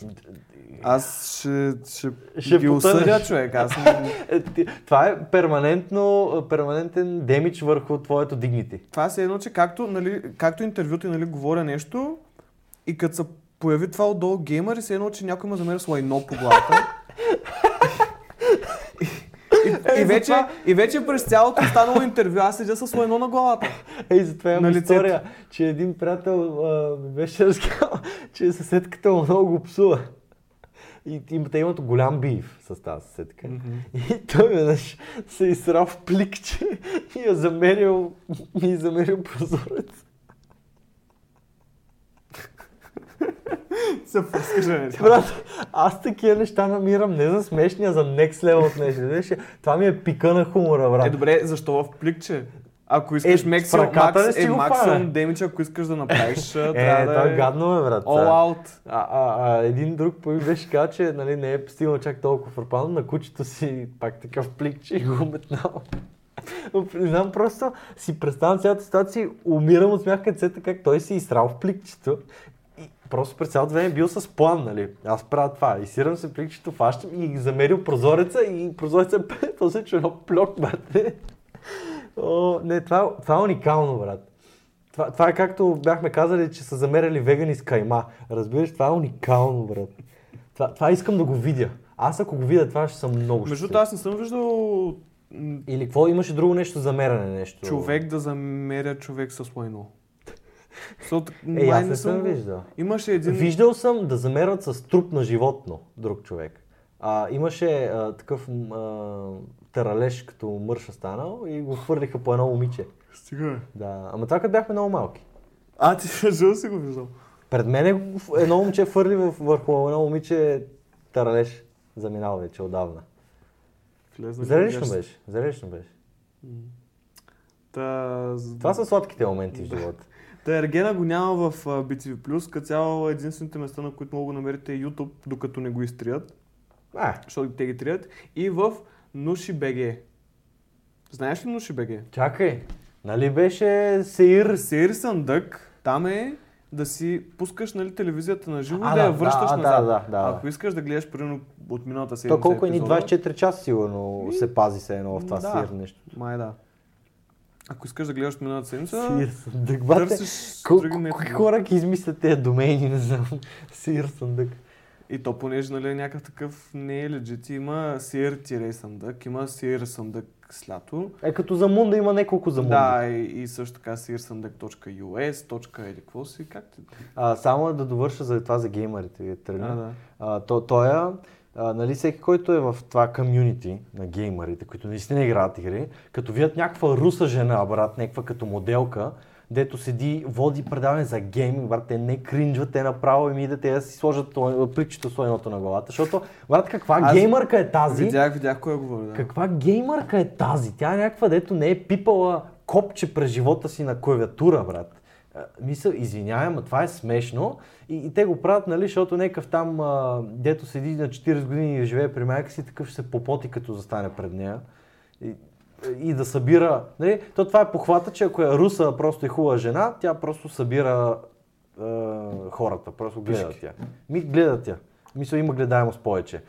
[SPEAKER 1] Аз ще, ще,
[SPEAKER 2] Ще
[SPEAKER 1] ги
[SPEAKER 2] потънеш.
[SPEAKER 1] осъдя, човек. Аз не...
[SPEAKER 2] Е, ти- Това е перманентно, перманентен демидж върху твоето дигнити.
[SPEAKER 1] Това се едно, че както, нали, както интервюто и нали, говоря нещо и като се появи това отдолу геймър и се едно, че някой ме замеря с лайно по главата. И,
[SPEAKER 2] Е,
[SPEAKER 1] и, и, вече, и вече през цялото останало интервю аз седя с лайно на главата.
[SPEAKER 2] Ей, затова имам
[SPEAKER 1] На лицето.
[SPEAKER 2] история, че един приятел а, ми беше разказал, че съседката му много го псува. И им, те имат голям бив с тази съседка. И той веднъж се изсрал в пликче и я е замерил, и е замерил прозорец.
[SPEAKER 1] Се пускаш,
[SPEAKER 2] Брат, аз такива неща намирам не за смешни, а за next level от нещо. Беше, това ми е пика на хумора, брат.
[SPEAKER 1] Е, добре, защо в пликче? Ако искаш
[SPEAKER 2] с
[SPEAKER 1] максимум,
[SPEAKER 2] Е, ръката не
[SPEAKER 1] макс,
[SPEAKER 2] си
[SPEAKER 1] е,
[SPEAKER 2] го
[SPEAKER 1] максимум
[SPEAKER 2] хвана.
[SPEAKER 1] демидж, ако искаш да направиш, а, трябва
[SPEAKER 2] е, това
[SPEAKER 1] да
[SPEAKER 2] е гадно, бе,
[SPEAKER 1] all
[SPEAKER 2] брат. това.
[SPEAKER 1] out.
[SPEAKER 2] А, а, а един друг пък ми беше казал, че нали, не е стигнал чак толкова фърпано, на кучето си пак такъв плик, че го метнал. Не знам, просто си представям цялата ситуация, и умирам от смях като сета как той си е изсрал в пликчето. И просто през цялото време е бил с план, нали? Аз правя това. И сирам се пликчето, фащам и замерил прозореца и прозореца то се чу едно плек, бате. О, не, това, това е уникално, брат. Това, това е както бяхме казали, че са замеряли вегани с кайма. Разбираш, това е уникално, брат. Това, това искам да го видя. Аз ако го видя, това ще съм много
[SPEAKER 1] Между
[SPEAKER 2] щастлив.
[SPEAKER 1] другото, аз не съм виждал м,
[SPEAKER 2] Или какво? Имаше друго нещо за мерене нещо.
[SPEAKER 1] човек да замеря човек с лайно. Защото
[SPEAKER 2] Е,
[SPEAKER 1] май
[SPEAKER 2] аз не съм
[SPEAKER 1] го-
[SPEAKER 2] виждал.
[SPEAKER 1] Имаше един...
[SPEAKER 2] Виждал съм да замерват с труп на животно друг човек. А, имаше а, такъв м, а, таралеж като мърша станал и го хвърлиха по едно момиче.
[SPEAKER 1] Стига.
[SPEAKER 2] Да. Ама това като бяхме много малки.
[SPEAKER 1] А, ти жил си го виждал.
[SPEAKER 2] Пред мен е го- в- едно момче фърли в- върху едно момиче таралеж. Заминал вече отдавна.
[SPEAKER 1] Влезна
[SPEAKER 2] Зрелищно беше. Зрелищно беше.
[SPEAKER 1] Та...
[SPEAKER 2] Това са сладките моменти в живота.
[SPEAKER 1] Та Ергена го няма в а, BTV+, като цяло единствените места, на които мога да намерите е YouTube, докато не го изтрият,
[SPEAKER 2] А,
[SPEAKER 1] защото те ги трият, и в Nushi.bg. Знаеш ли Nushi.bg?
[SPEAKER 2] чакай. Нали беше Сеир?
[SPEAKER 1] Сеир Сандък, там е да си пускаш нали, телевизията на живо и
[SPEAKER 2] А,
[SPEAKER 1] да, я
[SPEAKER 2] да,
[SPEAKER 1] връщаш
[SPEAKER 2] да,
[SPEAKER 1] назад.
[SPEAKER 2] да, да, да.
[SPEAKER 1] Ако искаш да гледаш примерно от миналата седмица
[SPEAKER 2] То колко е ни
[SPEAKER 1] епизода,
[SPEAKER 2] 24 часа сигурно се пази се едно в това
[SPEAKER 1] Да.
[SPEAKER 2] Сир нещо.
[SPEAKER 1] Май да. Ако искаш да гледаш от миналата седмица,
[SPEAKER 2] Сирсъндък, бате.
[SPEAKER 1] търсиш други
[SPEAKER 2] Какви
[SPEAKER 1] методи.
[SPEAKER 2] хора ги измислят тези домейни, не знам. Сирсъндък.
[SPEAKER 1] И то понеже нали, е някакъв такъв не е легит, има сир тире съндък, има сир съндък с лято.
[SPEAKER 2] Е, като за Мунда има няколко за Мунда.
[SPEAKER 1] Да, и, и също така searsundeck.us, точка или какво си, как ти...
[SPEAKER 2] А, само е да довърша за това за геймерите ви тръгна.
[SPEAKER 1] А, е. да.
[SPEAKER 2] А, то, той е, а, нали, всеки, който е в това комюнити на геймерите, които наистина играят игри, като видят някаква руса жена, брат, някаква като моделка, дето седи, води предаване за гейминг, брат, те не кринжват, те направо им идат, те да си сложат то- притчето слойното на главата, защото, брат, каква
[SPEAKER 1] Аз
[SPEAKER 2] геймърка е тази?
[SPEAKER 1] Видях, видях кой говори, да.
[SPEAKER 2] Каква геймърка е тази? Тя е някаква, дето не е пипала копче през живота си на клавиатура, брат. А, Мисъл, извинявай, ама това е смешно. И, и те го правят, нали, защото някакъв там, а, дето седи на 40 години и живее при майка си, такъв ще се попоти, като застане пред нея. И, и да събира, нали, то това е похвата, че ако е руса просто е хубава жена, тя просто събира е, хората, просто гледа тя. Ми гледа тя. Мисля, има гледаемост повече.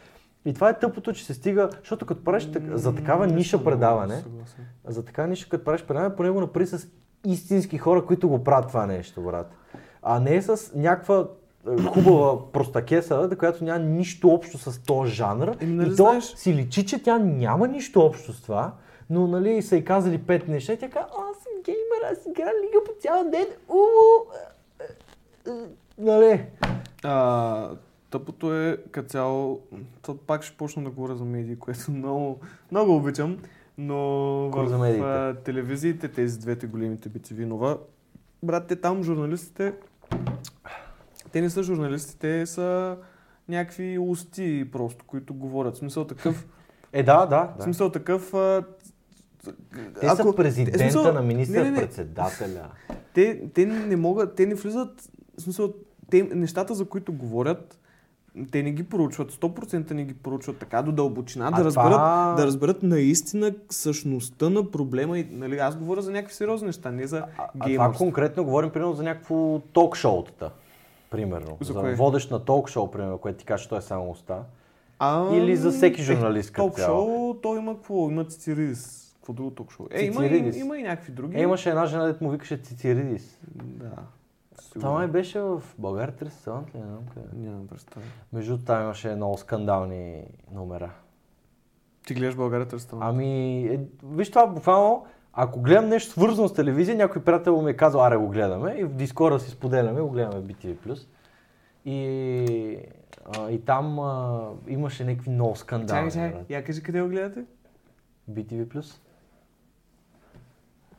[SPEAKER 2] И това е тъпото, че се стига, защото като правиш так- за такава ниша предаване,
[SPEAKER 1] Съгласен.
[SPEAKER 2] за така нищо, като правиш предаване, поне го направи с истински хора, които го правят това нещо, брат. А не с някаква е, хубава простакеса, да, която няма нищо общо с този жанр.
[SPEAKER 1] Еми, нали
[SPEAKER 2] и то
[SPEAKER 1] знаеш-
[SPEAKER 2] си личи, че тя няма нищо общо с това, но нали са и казали пет неща и тя казва, аз съм геймер, аз игра лига по цял ден, у, е, нали.
[SPEAKER 1] А, тъпото е като цяло, то пак ще почна да говоря за медии, което много, много обичам, но
[SPEAKER 2] Кой
[SPEAKER 1] в
[SPEAKER 2] за медиите?
[SPEAKER 1] а, телевизиите, тези двете големите BTV нова, брат, те там журналистите, те не са журналисти, те са някакви усти просто, които говорят. В смисъл такъв,
[SPEAKER 2] Е, да, да.
[SPEAKER 1] в
[SPEAKER 2] да.
[SPEAKER 1] смисъл такъв, а,
[SPEAKER 2] Те
[SPEAKER 1] ако- е,
[SPEAKER 2] са президента
[SPEAKER 1] в смисъл-
[SPEAKER 2] на
[SPEAKER 1] не, не, не.
[SPEAKER 2] министър-председателя.
[SPEAKER 1] те, те не могат, те не влизат, в смисъл, те, нещата, за които говорят, те не ги поручват, 100% не ги поручват така до дълбочина,
[SPEAKER 2] А
[SPEAKER 1] да разберат,
[SPEAKER 2] това-
[SPEAKER 1] да разберат наистина същността на проблема. И, нали, аз говоря за някакви сериозни неща, не за
[SPEAKER 2] А, а това
[SPEAKER 1] геймърство.
[SPEAKER 2] конкретно говорим, примерно, за някакво ток-шоутата. Примерно.
[SPEAKER 1] За кое?
[SPEAKER 2] водещ на ток-шоу, примерно, което ти каже, че той е само уста.
[SPEAKER 1] А, е,
[SPEAKER 2] Или за всеки журналист като
[SPEAKER 1] Ток-шоу, то има какво? Има цицирис. Какво друго ток-шоу? Е, има, и,
[SPEAKER 2] Цициридис.
[SPEAKER 1] има и някакви други.
[SPEAKER 2] Е, имаше една жена, дето му викаше Цициридис.
[SPEAKER 1] Да.
[SPEAKER 2] Това е-
[SPEAKER 1] Сигурно.
[SPEAKER 2] май беше в България 3 сезон, не знам къде.
[SPEAKER 1] Нямам представа.
[SPEAKER 2] Между другото, там имаше много скандални номера.
[SPEAKER 1] Ти гледаш България Търстан.
[SPEAKER 2] Ами, е, виж това буквално, ако гледам нещо свързано с телевизия, някой приятел ми е казал, аре го гледаме и в Дискорда си споделяме, го гледаме BTV+. И, а, и там а, имаше някакви много скандали.
[SPEAKER 1] Чакай, чакай.
[SPEAKER 2] брат.
[SPEAKER 1] Я кажи къде го гледате?
[SPEAKER 2] BTV+.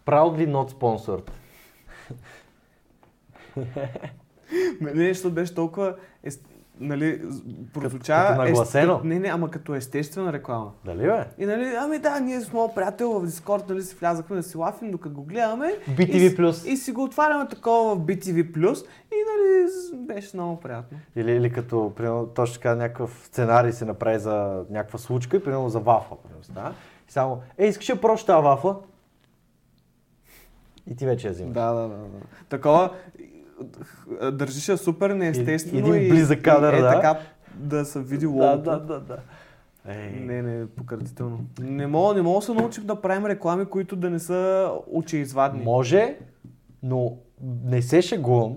[SPEAKER 2] Proudly not sponsored.
[SPEAKER 1] Мене Нали, нещо беше толкова, ест... нали, з-
[SPEAKER 2] като
[SPEAKER 1] прозвуча...
[SPEAKER 2] нагласено.
[SPEAKER 1] Ест... Не, не, ама като естествена реклама.
[SPEAKER 2] Дали бе?
[SPEAKER 1] И нали, ами да, ние с моят приятел в Дискорд, нали, си влязахме да си лафим, докато го гледаме.
[SPEAKER 2] BTV+.
[SPEAKER 1] И, с- и си го отваряме такова в BTV+, и нали, с- беше много приятно.
[SPEAKER 2] Или, или като, примерно, точно така някакъв сценарий се направи за някаква случка и, примерно, за вафла. Примерно, става. И само, е, искаш ли да пробваш тази вафла? И ти вече я взимаш.
[SPEAKER 1] Да, да, да. да. Такова, х- държиш я супер неестествено
[SPEAKER 2] Един близък кадър,
[SPEAKER 1] и, е,
[SPEAKER 2] да.
[SPEAKER 1] така да се види
[SPEAKER 2] Да,
[SPEAKER 1] логото.
[SPEAKER 2] да, да, да. Ей,
[SPEAKER 1] Не, не, пократително. Не мога, не мога да се научим да правим реклами, които да не са очеизвадни.
[SPEAKER 2] може, но не се шегувам.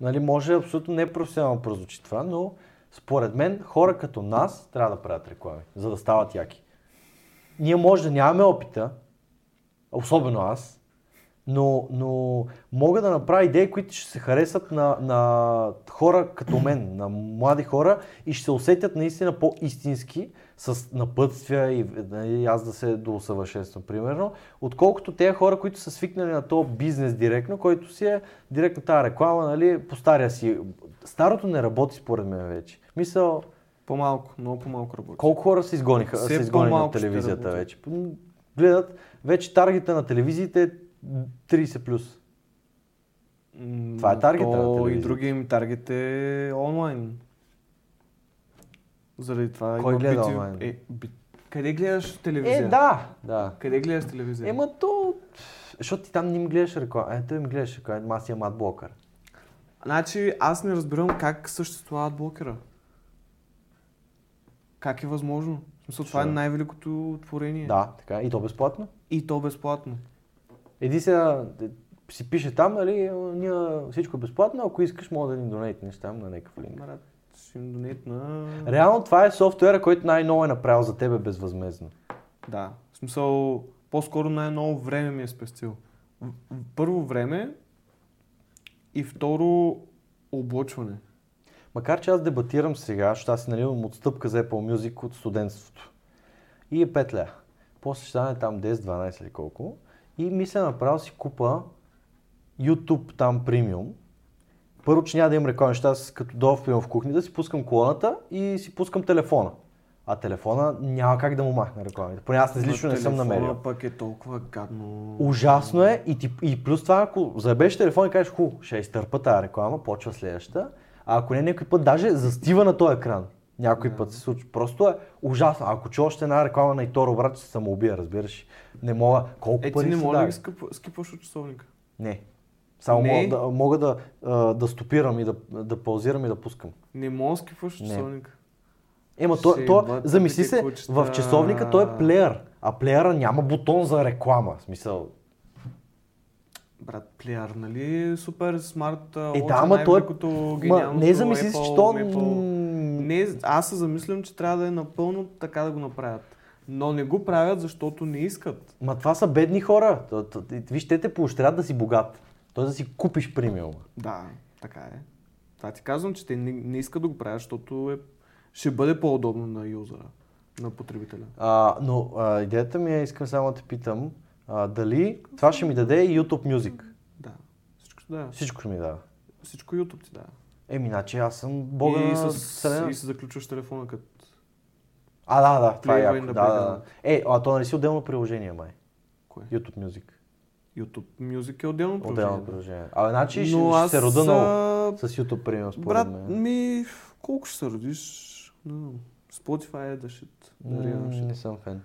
[SPEAKER 2] Нали, може абсолютно непрофесионално прозвучи това, но според мен хора като нас трябва да правят реклами, за да стават яки. Ние може да нямаме опита, особено аз, но, но мога да направя идеи, които ще се харесат на, на хора като мен, на млади хора и ще се усетят наистина по-истински с напътствия и нали, аз да се доусъвършенствам, примерно, отколкото тези хора, които са свикнали на този бизнес директно, който си е директно тази реклама, нали, по стария си. Старото не работи според мен вече. Мисъл,
[SPEAKER 1] По-малко, много по-малко работи.
[SPEAKER 2] колко хора се изгониха,
[SPEAKER 1] Все
[SPEAKER 2] се изгониха от
[SPEAKER 1] по-малко ще
[SPEAKER 2] телевизията
[SPEAKER 1] работи.
[SPEAKER 2] вече? М, Гледат, вече таргета на телевизиите е 30+. плюс.
[SPEAKER 1] М,
[SPEAKER 2] Това е таргета на
[SPEAKER 1] То и
[SPEAKER 2] телевизията.
[SPEAKER 1] другия им таргет е онлайн. Заради това
[SPEAKER 2] Кой
[SPEAKER 1] има
[SPEAKER 2] гледа
[SPEAKER 1] BTV
[SPEAKER 2] онлайн?
[SPEAKER 1] Е, би... Къде гледаш телевизия?
[SPEAKER 2] Е, да, да.
[SPEAKER 1] Къде гледаш телевизия?
[SPEAKER 2] Ема то... Защото ти там не им гледаш реклама. Е, той им гледаш реклама. Ма аз имам адблокър.
[SPEAKER 1] Значи аз не разбирам как съществува адблокера. Как е възможно? В смисъл, това е
[SPEAKER 2] Защо?
[SPEAKER 1] най-великото творение.
[SPEAKER 2] Да, така. И то безплатно.
[SPEAKER 1] И то безплатно.
[SPEAKER 2] Еди сега е, си пише там, нали, ние всичко е безплатно, ако искаш, може да ни донейтнеш там на някакъв линк.
[SPEAKER 1] Брат, ще им донетна...
[SPEAKER 2] Реално това е софтуера, който най-ново е направил за тебе безвъзмезно.
[SPEAKER 1] Да. В смисъл, по-скоро най-много време ми е спестил. В- в- Първо време и второ облъчване.
[SPEAKER 2] Макар че аз дебатирам сега, защото аз си нали, имам отстъпка за Apple Music от студентството. И е 5 ля. После ще стане там 10-12 или колко. И мисля направо си купа YouTube там премиум. Първо, че няма да имам реклами, защото аз като долу в в кухнята си пускам колоната и си пускам телефона. А телефона няма как да му махна рекламите. Поне аз лично не съм
[SPEAKER 1] Телефона
[SPEAKER 2] намерил.
[SPEAKER 1] пък е толкова гадно.
[SPEAKER 2] Ужасно е и, ти, и плюс това, ако заебеш телефон и кажеш, ху, ще изтърпа тази реклама, почва следващата, а ако не, някой път даже застива на този екран. Някой път се случва. Просто е ужасно. Ако чу още една реклама на Иторо, брат, ще се самоубия, разбираш. Не мога. Колко
[SPEAKER 1] Е, ти
[SPEAKER 2] пари
[SPEAKER 1] не
[SPEAKER 2] се
[SPEAKER 1] може да ги
[SPEAKER 2] дава?
[SPEAKER 1] скъп- скипваш от часовника.
[SPEAKER 2] Не. Само
[SPEAKER 1] Не?
[SPEAKER 2] мога, да, мога да, а, да стопирам и да, да паузирам и да пускам.
[SPEAKER 1] Не мога да скипваш от
[SPEAKER 2] Не.
[SPEAKER 1] часовника.
[SPEAKER 2] Ема, то,
[SPEAKER 1] Ще
[SPEAKER 2] то,
[SPEAKER 1] бъдат
[SPEAKER 2] замисли
[SPEAKER 1] такива
[SPEAKER 2] се,
[SPEAKER 1] кучета.
[SPEAKER 2] в часовника той е плеер, а плеера няма бутон за реклама. В смисъл,
[SPEAKER 1] Брат, плеяр, нали? Супер смарт.
[SPEAKER 2] Е, да, ама той е- ма, не замисли
[SPEAKER 1] замислиш,
[SPEAKER 2] си, че то...
[SPEAKER 1] Не, аз се замислям, че трябва да е напълно така да го направят. Но не го правят, защото не искат.
[SPEAKER 2] Ма това са бедни хора. То- то- ти- Виж, те те поощрят да си богат. Той да си купиш премиума.
[SPEAKER 1] Да, така е. Това ти казвам, че те не, не искат да го правят, защото е, ще бъде по-удобно на юзера, на потребителя.
[SPEAKER 2] А, но а, идеята ми е, искам само да те питам, а, дали това ще ми даде и YouTube Music.
[SPEAKER 1] Да. Всичко ще дава.
[SPEAKER 2] Всичко ще ми дава.
[SPEAKER 1] Всичко е YouTube ти дава.
[SPEAKER 2] Еми, иначе аз съм бога
[SPEAKER 1] и,
[SPEAKER 2] на
[SPEAKER 1] с,
[SPEAKER 2] вселена.
[SPEAKER 1] и се заключваш телефона като...
[SPEAKER 2] А, да, да, това е
[SPEAKER 1] Playboy
[SPEAKER 2] яко. Да,
[SPEAKER 1] на
[SPEAKER 2] да,
[SPEAKER 1] бега.
[SPEAKER 2] да. Е, а то нали си отделно приложение, май?
[SPEAKER 1] Кое?
[SPEAKER 2] YouTube Music.
[SPEAKER 1] YouTube Music е отделно
[SPEAKER 2] Отделно
[SPEAKER 1] приложение.
[SPEAKER 2] приложение. А, значи ще,
[SPEAKER 1] Но
[SPEAKER 2] ще
[SPEAKER 1] аз...
[SPEAKER 2] се рода много
[SPEAKER 1] а,
[SPEAKER 2] с YouTube Premium, според
[SPEAKER 1] Брат,
[SPEAKER 2] мен.
[SPEAKER 1] ми... Колко ще се родиш? Не знам. Spotify е да shit. Да реално
[SPEAKER 2] М,
[SPEAKER 1] shit.
[SPEAKER 2] Не съм фен.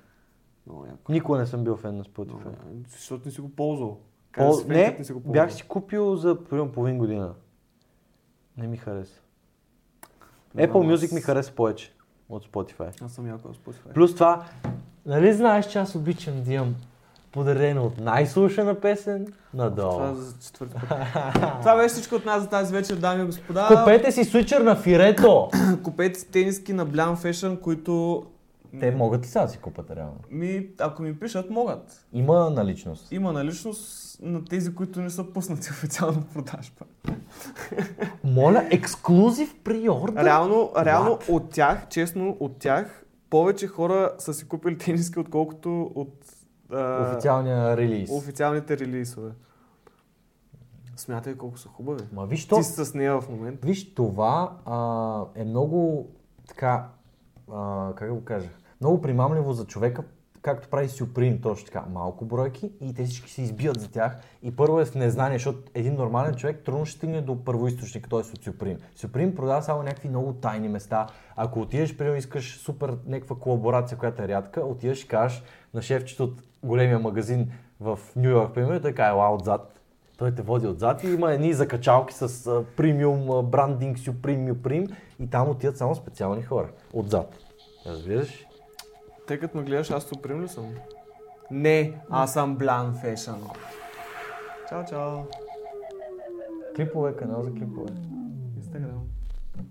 [SPEAKER 1] Много яко.
[SPEAKER 2] Никога не съм бил фен на
[SPEAKER 1] Много
[SPEAKER 2] Spotify.
[SPEAKER 1] яко. Защото не си го ползвал. Как да
[SPEAKER 2] Пол...
[SPEAKER 1] си фен,
[SPEAKER 2] Не,
[SPEAKER 1] като не си го ползвал?
[SPEAKER 2] бях си купил за примерно половин година. Не ми хареса.
[SPEAKER 1] Не знам,
[SPEAKER 2] Apple
[SPEAKER 1] аз-
[SPEAKER 2] Music ми хареса повече от Spotify.
[SPEAKER 1] Аз съм яко на Spotify.
[SPEAKER 2] Плюс това, нали знаеш, че аз обичам да имам подарена от най-слушана песен
[SPEAKER 1] Това
[SPEAKER 2] надолу.
[SPEAKER 1] за четвърти път. Това беше всичко от нас за тази вечер, дами и господа.
[SPEAKER 2] Купете си свичър на фирето!
[SPEAKER 1] Купете си тениски на Blam Fashion, които
[SPEAKER 2] Те могат ли сега да си купат реално?
[SPEAKER 1] ми, ако ми пишат, могат.
[SPEAKER 2] Има наличност.
[SPEAKER 1] Има наличност на тези, които не са пуснати официално в продажба.
[SPEAKER 2] Моля, ексклюзив приордър?
[SPEAKER 1] Реално, реално от тях, честно, от тях, повече хора са си купили тениски, отколкото от а,
[SPEAKER 2] Официалния релиз.
[SPEAKER 1] официалните релисове. Смятай колко са хубави.
[SPEAKER 2] Ма виж то,
[SPEAKER 1] Ти си с нея в момента.
[SPEAKER 2] Виж, това а, е много така, а, как да го кажа, много примамливо за човека, както прави Сюприм, точно така. Малко бройки и те всички се избият за тях. И първо е в незнание, защото един нормален човек трудно ще стигне до първоисточника, т.е. от Сюприм. Сюприм продава само някакви много тайни места. Ако отидеш, примерно искаш супер някаква колаборация, която е рядка, отидеш и кажеш на шефчето от големия магазин в Нью Йорк, примерно, и той каже, ела отзад. Той те води отзад и има едни закачалки с а, премиум, а, брандинг, сюприм, юприм и там отиват само специални хора. Отзад. Разбираш?
[SPEAKER 1] Тъй като ме гледаш, аз суприм ли съм? Не, аз съм Blam Fashion. Чао, чао.
[SPEAKER 2] Клипове, канал за клипове.
[SPEAKER 1] Инстаграм.